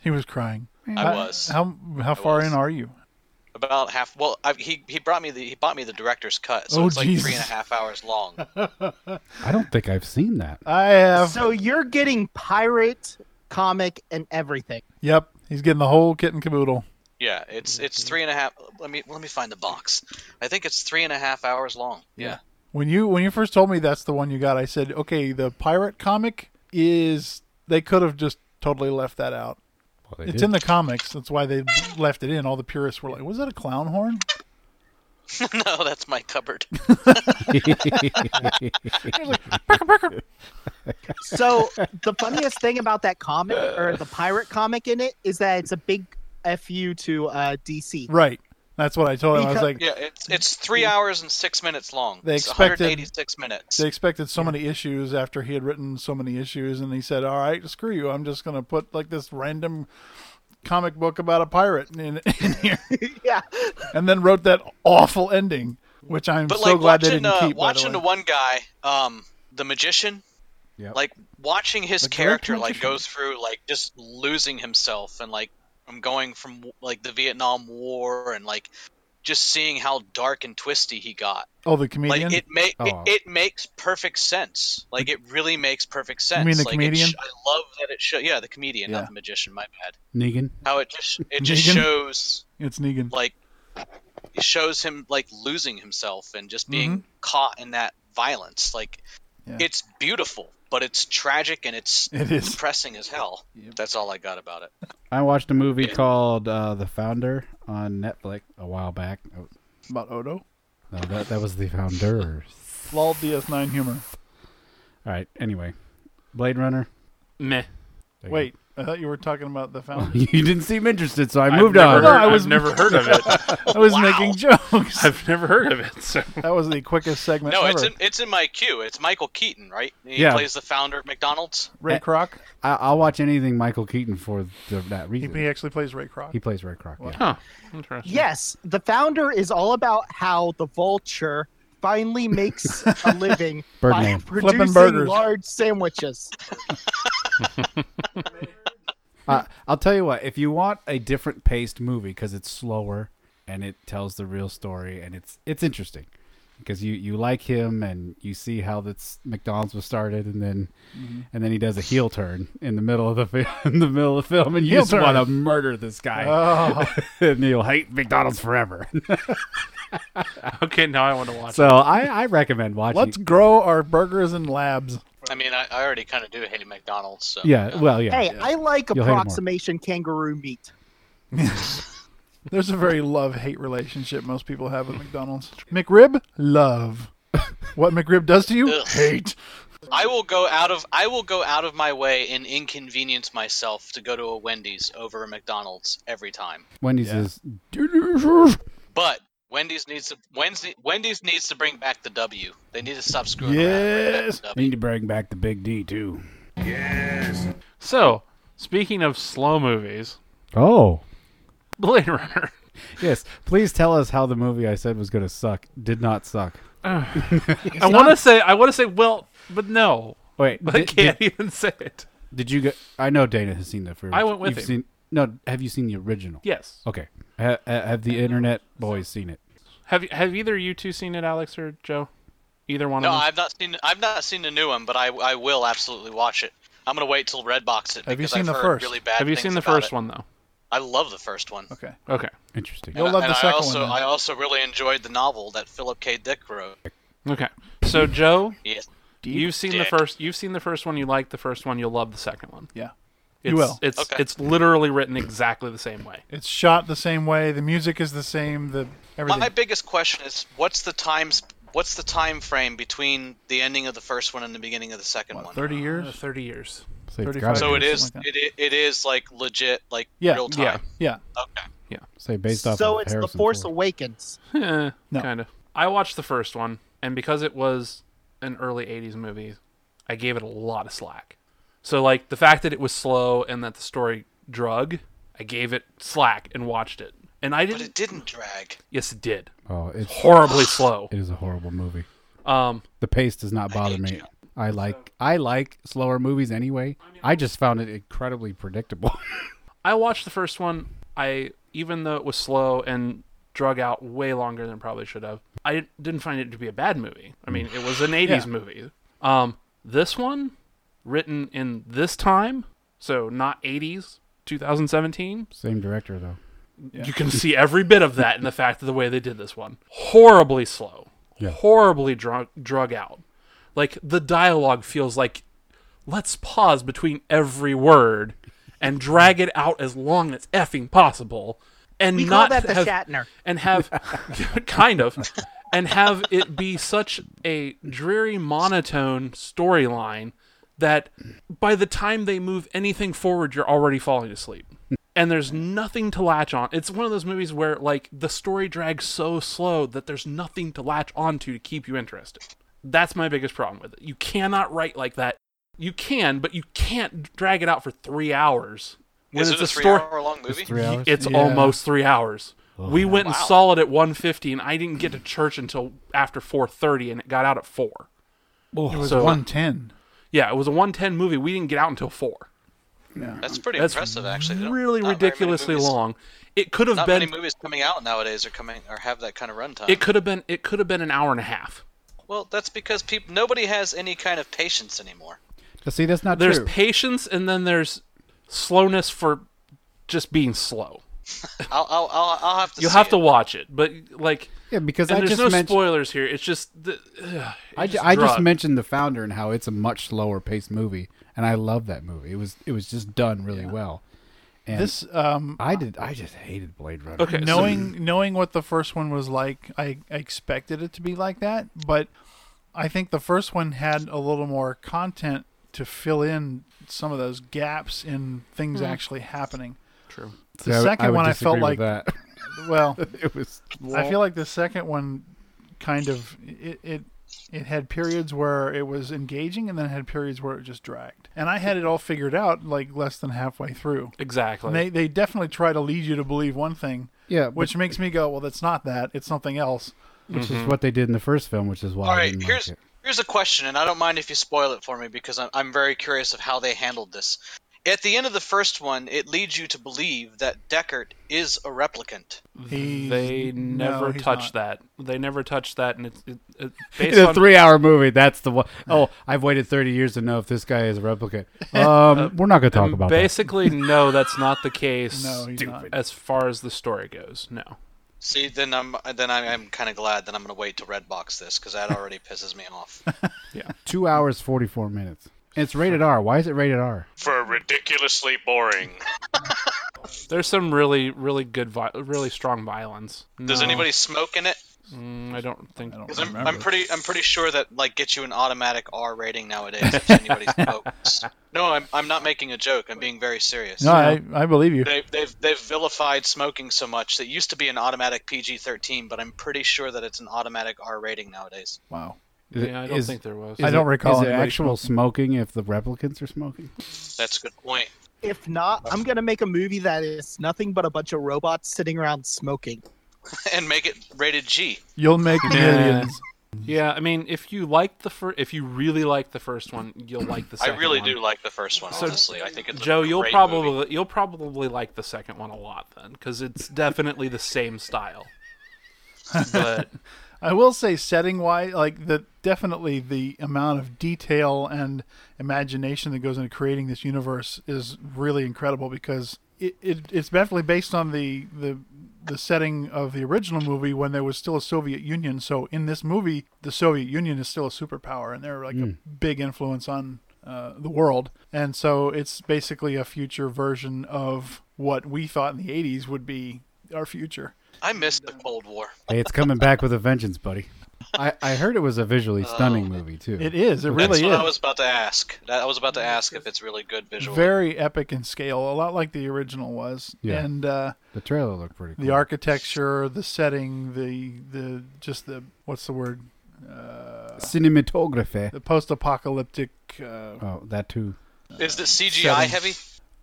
He was crying.
I was.
How how far
was.
in are you?
about half. Well, I, he he brought me the he bought me the director's cut, so
Oh,
it's like three and
Jesus.
a half hours long.
I don't think I've seen that.
I have.
so you're getting pirate, comic, and everything.
yep, he's getting the whole kit and caboodle.
Yeah, it's it's three and a half. Let me let me find the box. I think it's three and a half hours long. Yeah,
When you when you first told me that's the one you got, I said, "Okay, the pirate comic is they could have just totally left that out.
Well, they
it's
did.
in the comics. That's why they left it in. All the purists were like, "Was that a clown horn?"
no, that's my cupboard.
So the funniest thing about that comic or the pirate comic in it is that it's a big fu to uh, DC.
Right. That's what I told him. I was
Because-
like,
Yeah, it's it's three hours and six minutes long.
They
it's
expected-
186 minutes.
they expected so many issues after he had written so many issues, and he said, "All right, screw you. I'm just gonna put like this random comic book about a pirate in, in here,"
yeah,
and then wrote that awful ending, which I'm
But
so
like
glad
watching
they didn't
uh,
keep. by the
watching the,
way.
one guy, um, the magician.
Yep.
Like watching his
The great
character like
magician.
goes through like just losing himself and like from going from like the Vietnam War and like just seeing how dark and twisty he got.
oh, the
Like
comedian.
it make
Oh.
it, it makes perfect sense. Like it really makes perfect sense.
mean the
like It
comedian?
sh- I love that it show. Yeah, the comedian,
Yeah.
not the magician. My bad.
Negan.
How it just it just
Negan?
shows
it's Negan.
like it shows him like losing himself and just being caught in that violence like
Yeah.
it's beautiful but it's tragic and it's
It is.
depressing as hell that's all i got about it
I watched a movie called uh, The Founder on Netflix a while back. Oh,
about Odo.
No, that that was The Founders.
Lol DS9 humor.
All right. Anyway, Blade Runner.
Meh.
There you
Wait, I thought you were talking about the
go.
founder.
you didn't seem interested, so I
I've
moved
never
on.
heard-
No, I was-
I've never heard of it.
I was making jokes.
I've never heard of it. So
that was the quickest segment
no
ever.
it's in it's in my queue it's michael keaton right he
Yeah.
plays the founder of mcdonald's
Ray Kroc.
I, I'll watch anything Michael Keaton for the, that
He,
reason.
he
He,
actually plays Ray Kroc.
plays Red Croc. Yeah.
huh. Interesting.
yes, the founder is all about how the vulture finally makes a living by
Birdman.
Flipping
producing
burgers.
large sandwiches.
Uh, I'll tell you what. If you want a different paced movie because it's slower and it tells the real story and it's it's interesting because you you like him and you see how that's McDonald's was started and then and then he does a heel turn in the middle of the fi- in the middle of the film and Uh, you
Heel
just
turn.
want to murder this guy
Oh,
and you'll hate McDonald's forever.
Okay, now I want to watch.
so I I recommend watching.
let's grow our burgers and labs.
i mean i, I already kind of do hate mcdonald's so
yeah. Well, yeah.
Hey, I
You'll hate
like
'em more.
approximation kangaroo meat.
There's a very love hate relationship most people have with McDonald's. McRib, love. What McRib does to you?
Ugh.
Hate.
i will go out of i will go out of my way and inconvenience myself to go to a wendy's over a mcdonald's every time
Wendy's
Yeah.
is delicious.
but Wendy's needs to Wendy's, Wendy's needs to bring back the W. They need to stop screwing around. and bring back
Yes.
the W.
Need to bring back the Big D too.
So speaking of slow movies,
Oh.
Blade Runner.
Yes, please tell us how the movie I said was going to suck did not suck.
I want to say I want to say well, but no,
Wait,
but I
did,
can't
Did,
even say it.
did you get? I know Dana has seen the first.
I went with
you've
him.
Seen, no, have you seen the original?
Yes.
Okay. Ha, ha- have the internet boys seen it?
Have Have either you two seen it, Alex or Joe? Either one
No,
of them.
I've not seen I've not seen the new one, but I I will absolutely watch it. I'm gonna wait till Redbox it
Have you
because
seen
I've
the
heard
first?
really bad.
Have you
things
seen the
about
first
it.
one though?
I love the first one.
Okay.
Okay.
Interesting.
You'll love
and
the
I
second
also,
one. then.
I also really enjoyed the novel that Philip K. Dick wrote.
Okay. So Joe,
Yes.
you've seen
dick.
the first. You've seen the first one. You like the first one. You'll love the second one.
yeah.
It's,
You will.
It's
Okay.
it's literally written exactly the same way.
It's shot the same way. The music is the same. The everything.
My biggest question is what's the times what's the time frame between the ending of the first one and the beginning of the second
What,
one?
Thirty
Uh,
years.
Thirty years.
So, it's
35
gotta
So
be-
it
years,
is
something like
it, it is like legit like
Yeah,
real
yeah.
time.
Yeah.
Okay.
so based off.
so
of
it's the
Harrison
Force
Ford.
Awakens.
Eh,
No.
Kind of. I watched the first one, and because it was an early '80s movie, I gave it a lot of slack. So like the fact that it was slow and that the story drug, I gave it slack and watched it, and I
But
didn't.
it didn't drag.
yes, it did.
Oh, it's
Horribly slow.
it is a horrible movie.
Um,
The pace does not bother me. I like I like slower movies anyway. I just found it incredibly predictable.
I watched the first one. I even though it was slow and drug out way longer than it probably should have, I didn't find it to be a bad movie. I mean, it was an '80s
Yeah.
movie. Um, this one, written in this time, so not '80s, 2017.
Same director though.
You can see every bit of that in the fact of the way they did this one. Horribly slow. Horribly drug drug out. Like the dialogue feels like let's pause between every word and drag it out as long as effing possible and
We
not
call that the
have,
Shatner.
and have kind of and have it be such a dreary monotone storyline that by the time they move anything forward you're already falling asleep and there's nothing to latch on it's one of those movies where like the story drags so slow that there's nothing to latch onto to keep you interested that's my biggest problem with it you cannot write like that you can but you can't drag it out for three hours when
Is
it's
it a
a
three
story
hour long movie?
Three hours. Oh,
it's
Yeah.
almost three hours. we went and
Wow.
saw it at 1.50, and I didn't get to church until after 4.30, and it got out at 4.
it was
so-
one ten.
Yeah, it was a 110 movie. We didn't get out until 4.
That's pretty
That's
impressive actually. They don't-
really
not very many
ridiculously
movies-
long. It could have
Not
been...
many movies coming out nowadays are coming or have that kind of runtime.
It could have been. It could have been an hour and a half.
Well, that's because peop nobody has any kind of patience anymore.
See, that's not
There's
true.
patience, and then there's slowness for just being slow.
I'll, I'll, I'll, I'll have to.
You'll
see
have
it.
to watch it, but like,
yeah, because
and
I
there's
just
no
mentioned
spoilers here. It's just, the, ugh,
I,
it's
ju- I just
drug.
mentioned the founder and how it's a much slower paced movie, and I love that movie. It was it was just done really well. And
This um,
I did I just hated Blade Runner.
Okay, so-
knowing knowing what the first one was like, I, I expected it to be like that, but I think the first one had a little more content to fill in some of those gaps in things actually happening.
True.
The second
would
one I felt
disagree with
like
that.
well,
it was
I feel like the second one kind of it, it it had periods where it was engaging and then it had periods where it just dragged. And I had it all figured out like less than halfway through.
Exactly.
And they they definitely try to lead you to believe one thing,
yeah,
which
which
makes me go, well, that's not that. It's something else.
which
Mm-hmm.
is what they did in the first film, which is why
All
I
right,
didn't
here's
like it.
here's a question, and I don't mind if you spoil it for me because I'm, I'm very curious of how they handled this. At the end of the first one, it leads you to believe that Deckard is a replicant.
He's-
They
no,
never
he's
touched
not.
that. They never touched that, and it's it, it,
It's
based
a
on
three-hour movie. That's the one. Oh, I've waited thirty years to know if this guy is a replicant.
Uh,
Um, we're not going to talk about that.
basically no, that's not the case.
No, he's not.
as far as the story goes, no.
See, then I'm then I'm, I'm kind of glad that I'm going to wait to Redbox this because that already pisses me off.
Two hours forty-four minutes. And It's rated R. Why is it rated R?
For ridiculously boring.
There's some really, really good, vi- really strong violence.
Does
No,
anybody smoke in it?
mm, I don't think.
I don't
'Cause I'm,
remember.
I'm pretty I'm pretty sure that like gets you an automatic R rating nowadays if anybody smokes. No, I'm I'm not making a joke. I'm being very serious.
no, I, I believe you.
They've, they've, they've vilified smoking so much that it used to be an automatic PG 13, but I'm pretty sure that it's an automatic R rating nowadays.
Wow.
yeah, I don't
Is-
think there was.
I
Is
don't
it-
recall
Is it
anybody
actual smoking if the replicants are smoking?
That's a good point.
If not, I'm gonna make a movie that is nothing but a bunch of robots sitting around smoking.
And make it rated G.
You'll make millions.
yeah, I mean, if you like the fir- if you really like the first one, you'll like the
I
second.
really
one.
do like the first one,
So,
honestly. I think it's a
Joe, you'll
great
probably
movie.
you'll probably like the second one a lot then, because it's definitely the same style. But
I will say, setting wise, like the definitely the amount of detail and imagination that goes into creating this universe is really incredible because it, it it's definitely based on the the the setting of the original movie when there was still a Soviet Union. So in this movie, the Soviet Union is still a superpower, and they're like
Mm.
a big influence on uh, the world. And so it's basically a future version of what we thought in the '80s would be our future.
I miss the Cold War.
Hey, it's coming back with a vengeance, buddy. I, I heard it was a visually stunning movie too.
It is. It
That's
really
what
is.
I was about to ask. That- I was about to ask if it's really good visual.
Very epic in scale, a lot like the original was.
Yeah.
And uh,
The trailer looked pretty cool.
the architecture, the setting, the the just the what's the word? Uh,
cinematography.
the post-apocalyptic. Uh,
Oh, that too.
Is it CGI
Seven.
heavy?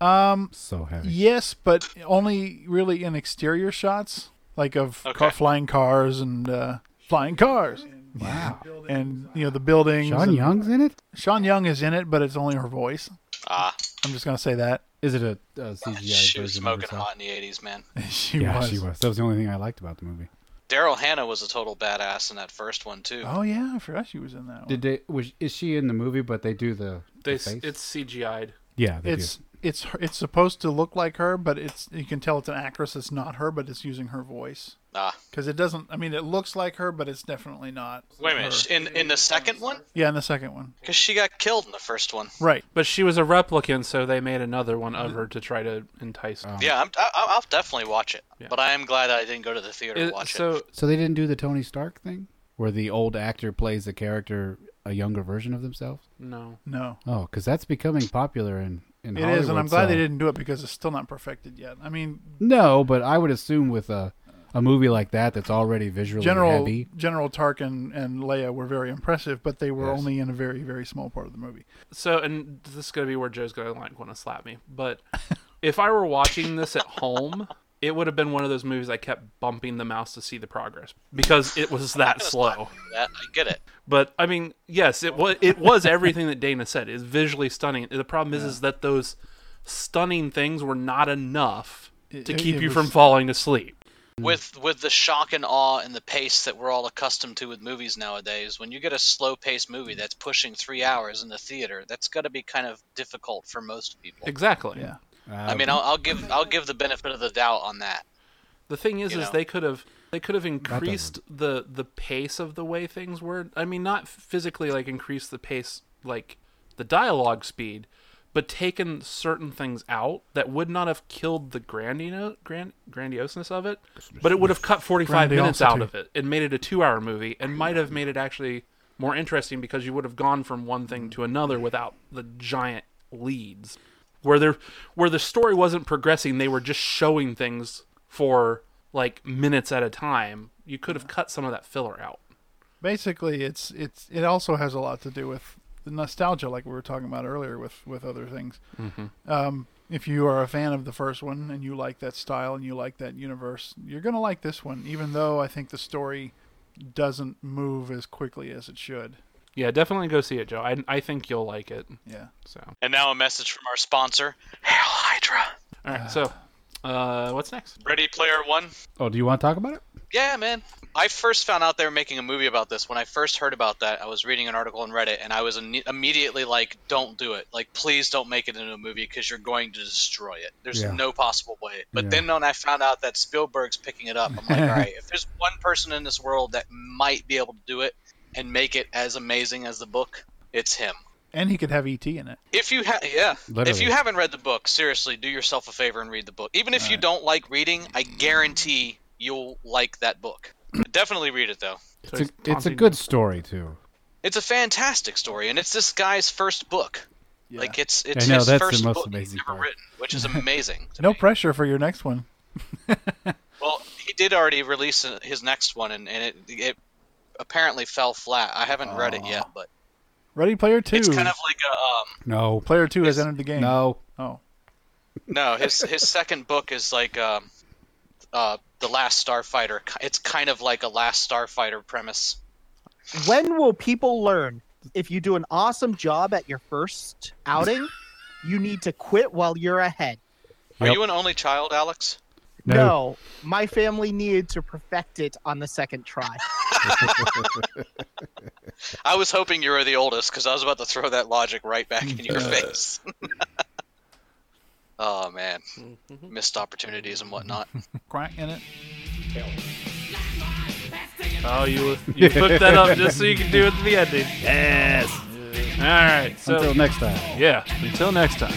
um,
So heavy.
yes, but only really in exterior shots, like of
Okay.
car, flying cars and uh, flying cars. Wow. And you know the buildings.
Sean
and-
Young's in it.
Sean Young is in it, but it's only her voice.
Ah,
I'm just gonna say that
Is it a, a CGI
she
version?
was
of
smoking
herself?
hot in the '80s, man.
she
yeah,
was.
she was. That was the only thing I liked about the movie.
Daryl Hannah was a total badass in that first one too.
Oh yeah, I forgot she was in that one.
Did they? Was is she in the movie? But they do the,
They,
the
s-
face.
it's CGI'd.
yeah, they
it's it's her- it's supposed to look like her, but it's you can tell it's an actress. It's not her, but it's using her voice
Ah,
because it doesn't. I mean, it looks like her, but it's definitely not.
wait a minute.
her.
In in the second one,
Yeah, in the second one,
because she got killed in the first one.
right?
But she was a replicant, so they made another one of her to try to entice. her.
Oh. Yeah, I'm, I, I'll definitely watch it. But I am glad I didn't go to the theater to
It-
watch
so
it.
do. So they didn't do the Tony Stark thing, where the old actor plays the character, a younger version of themselves.
no,
No,
Oh, because that's becoming popular in in uh,
it is,
Hollywood,
and I'm glad
so-
they didn't do it because it's still not perfected yet. I mean,
No, but I would assume with a a movie like that that's already visually
General
heavy.
General Tarkin and, Leia were very impressive, but they were
Yes.
only in a very very small part of the movie.
so and this is gonna be where Joe's gonna like want to slap me. But if I were watching this at home, it would have been one of those movies I kept bumping the mouse to see the progress because it was that slow.
That, I get it.
But I mean, yes, it was it was everything that Dana said. It's visually stunning. The problem is, is that those stunning things were not enough
It-
to
it-
keep
it
you
was-
from falling to sleep.
With with the shock and awe and the pace that we're all accustomed to with movies nowadays, when you get a slow paced movie that's pushing three hours in the theater, that's got to be kind of difficult for most people.
Exactly.
Yeah.
I mean, I'll, I'll give I'll give the benefit of the doubt on that.
The thing is,
You
is
know?
they could have they could have increased the the pace of the way things were. I mean, not physically like increase the pace, like the dialogue speed, but taken certain things out that would not have killed the grandino, grand, grandioseness of it. But it would have cut forty five minutes out of it and made it a two hour movie, and might have made it actually more interesting because you would have gone from one thing to another without the giant leads where there where the story wasn't progressing they were just showing things for like minutes at a time you could have cut some of that filler out
Basically, it's it's it also has a lot to do with the nostalgia, like we were talking about earlier with with other things. Um, if you are a fan of the first one and you like that style and you like that universe, you're gonna like this one, even though I think the story doesn't move as quickly as it should.
yeah definitely go see it joe i, I think you'll like it
Yeah,
so
And now a message from our sponsor, Hail Hydra.
all right so uh what's next
Ready Player One.
oh, do you want to talk about it?
Yeah, man. I first found out they were making a movie about this. When I first heard about that, I was reading an article on Reddit, and I was imme- immediately like, "Don't do it! Like, please don't make it into a movie because you're going to destroy it. There's
Yeah.
no possible way." But
Yeah.
then when I found out that Spielberg's picking it up, I'm like, "All right, if there's one person in this world that might be able to do it and make it as amazing as the book, it's him."
and he could have ET in it.
If you ha- yeah, if
Literally.
you haven't read the book, seriously, do yourself a favor and read the book. Even if you don't like reading, I guarantee you'll like that book. Definitely read it though.
So
It's a, it's a
Tonti-
good story too.
It's a fantastic story, and it's this guy's first book. Like it's it's
I know,
his
that's the
first
most
book he's
amazing
ever
part.
written, which is amazing. to
No
me.
pressure for your next one.
Well, he did already release uh, his next one, and, and it it apparently fell flat. I haven't read it yet, but
Ready Player Two.
it's kind of like a um,
No,
Player Two has entered the game.
no.
Oh,
no his his second book is like um, uh, the Last Starfighter. It's kind of like a Last Starfighter premise.
When will people learn if you do an awesome job at your first outing, you need to quit while you're ahead?
Are you an only child, Alex?
No.
No, my family needed to perfect it on the second try.
I was hoping you were the oldest because I was about to throw that logic right back in your face. oh man, missed opportunities and whatnot.
Quack in it.
Oh, you you put that up just so you can do it at the ending. Yes. All right. So
Until next time.
yeah. Until next time.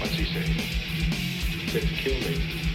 What's he say? He said, kill me.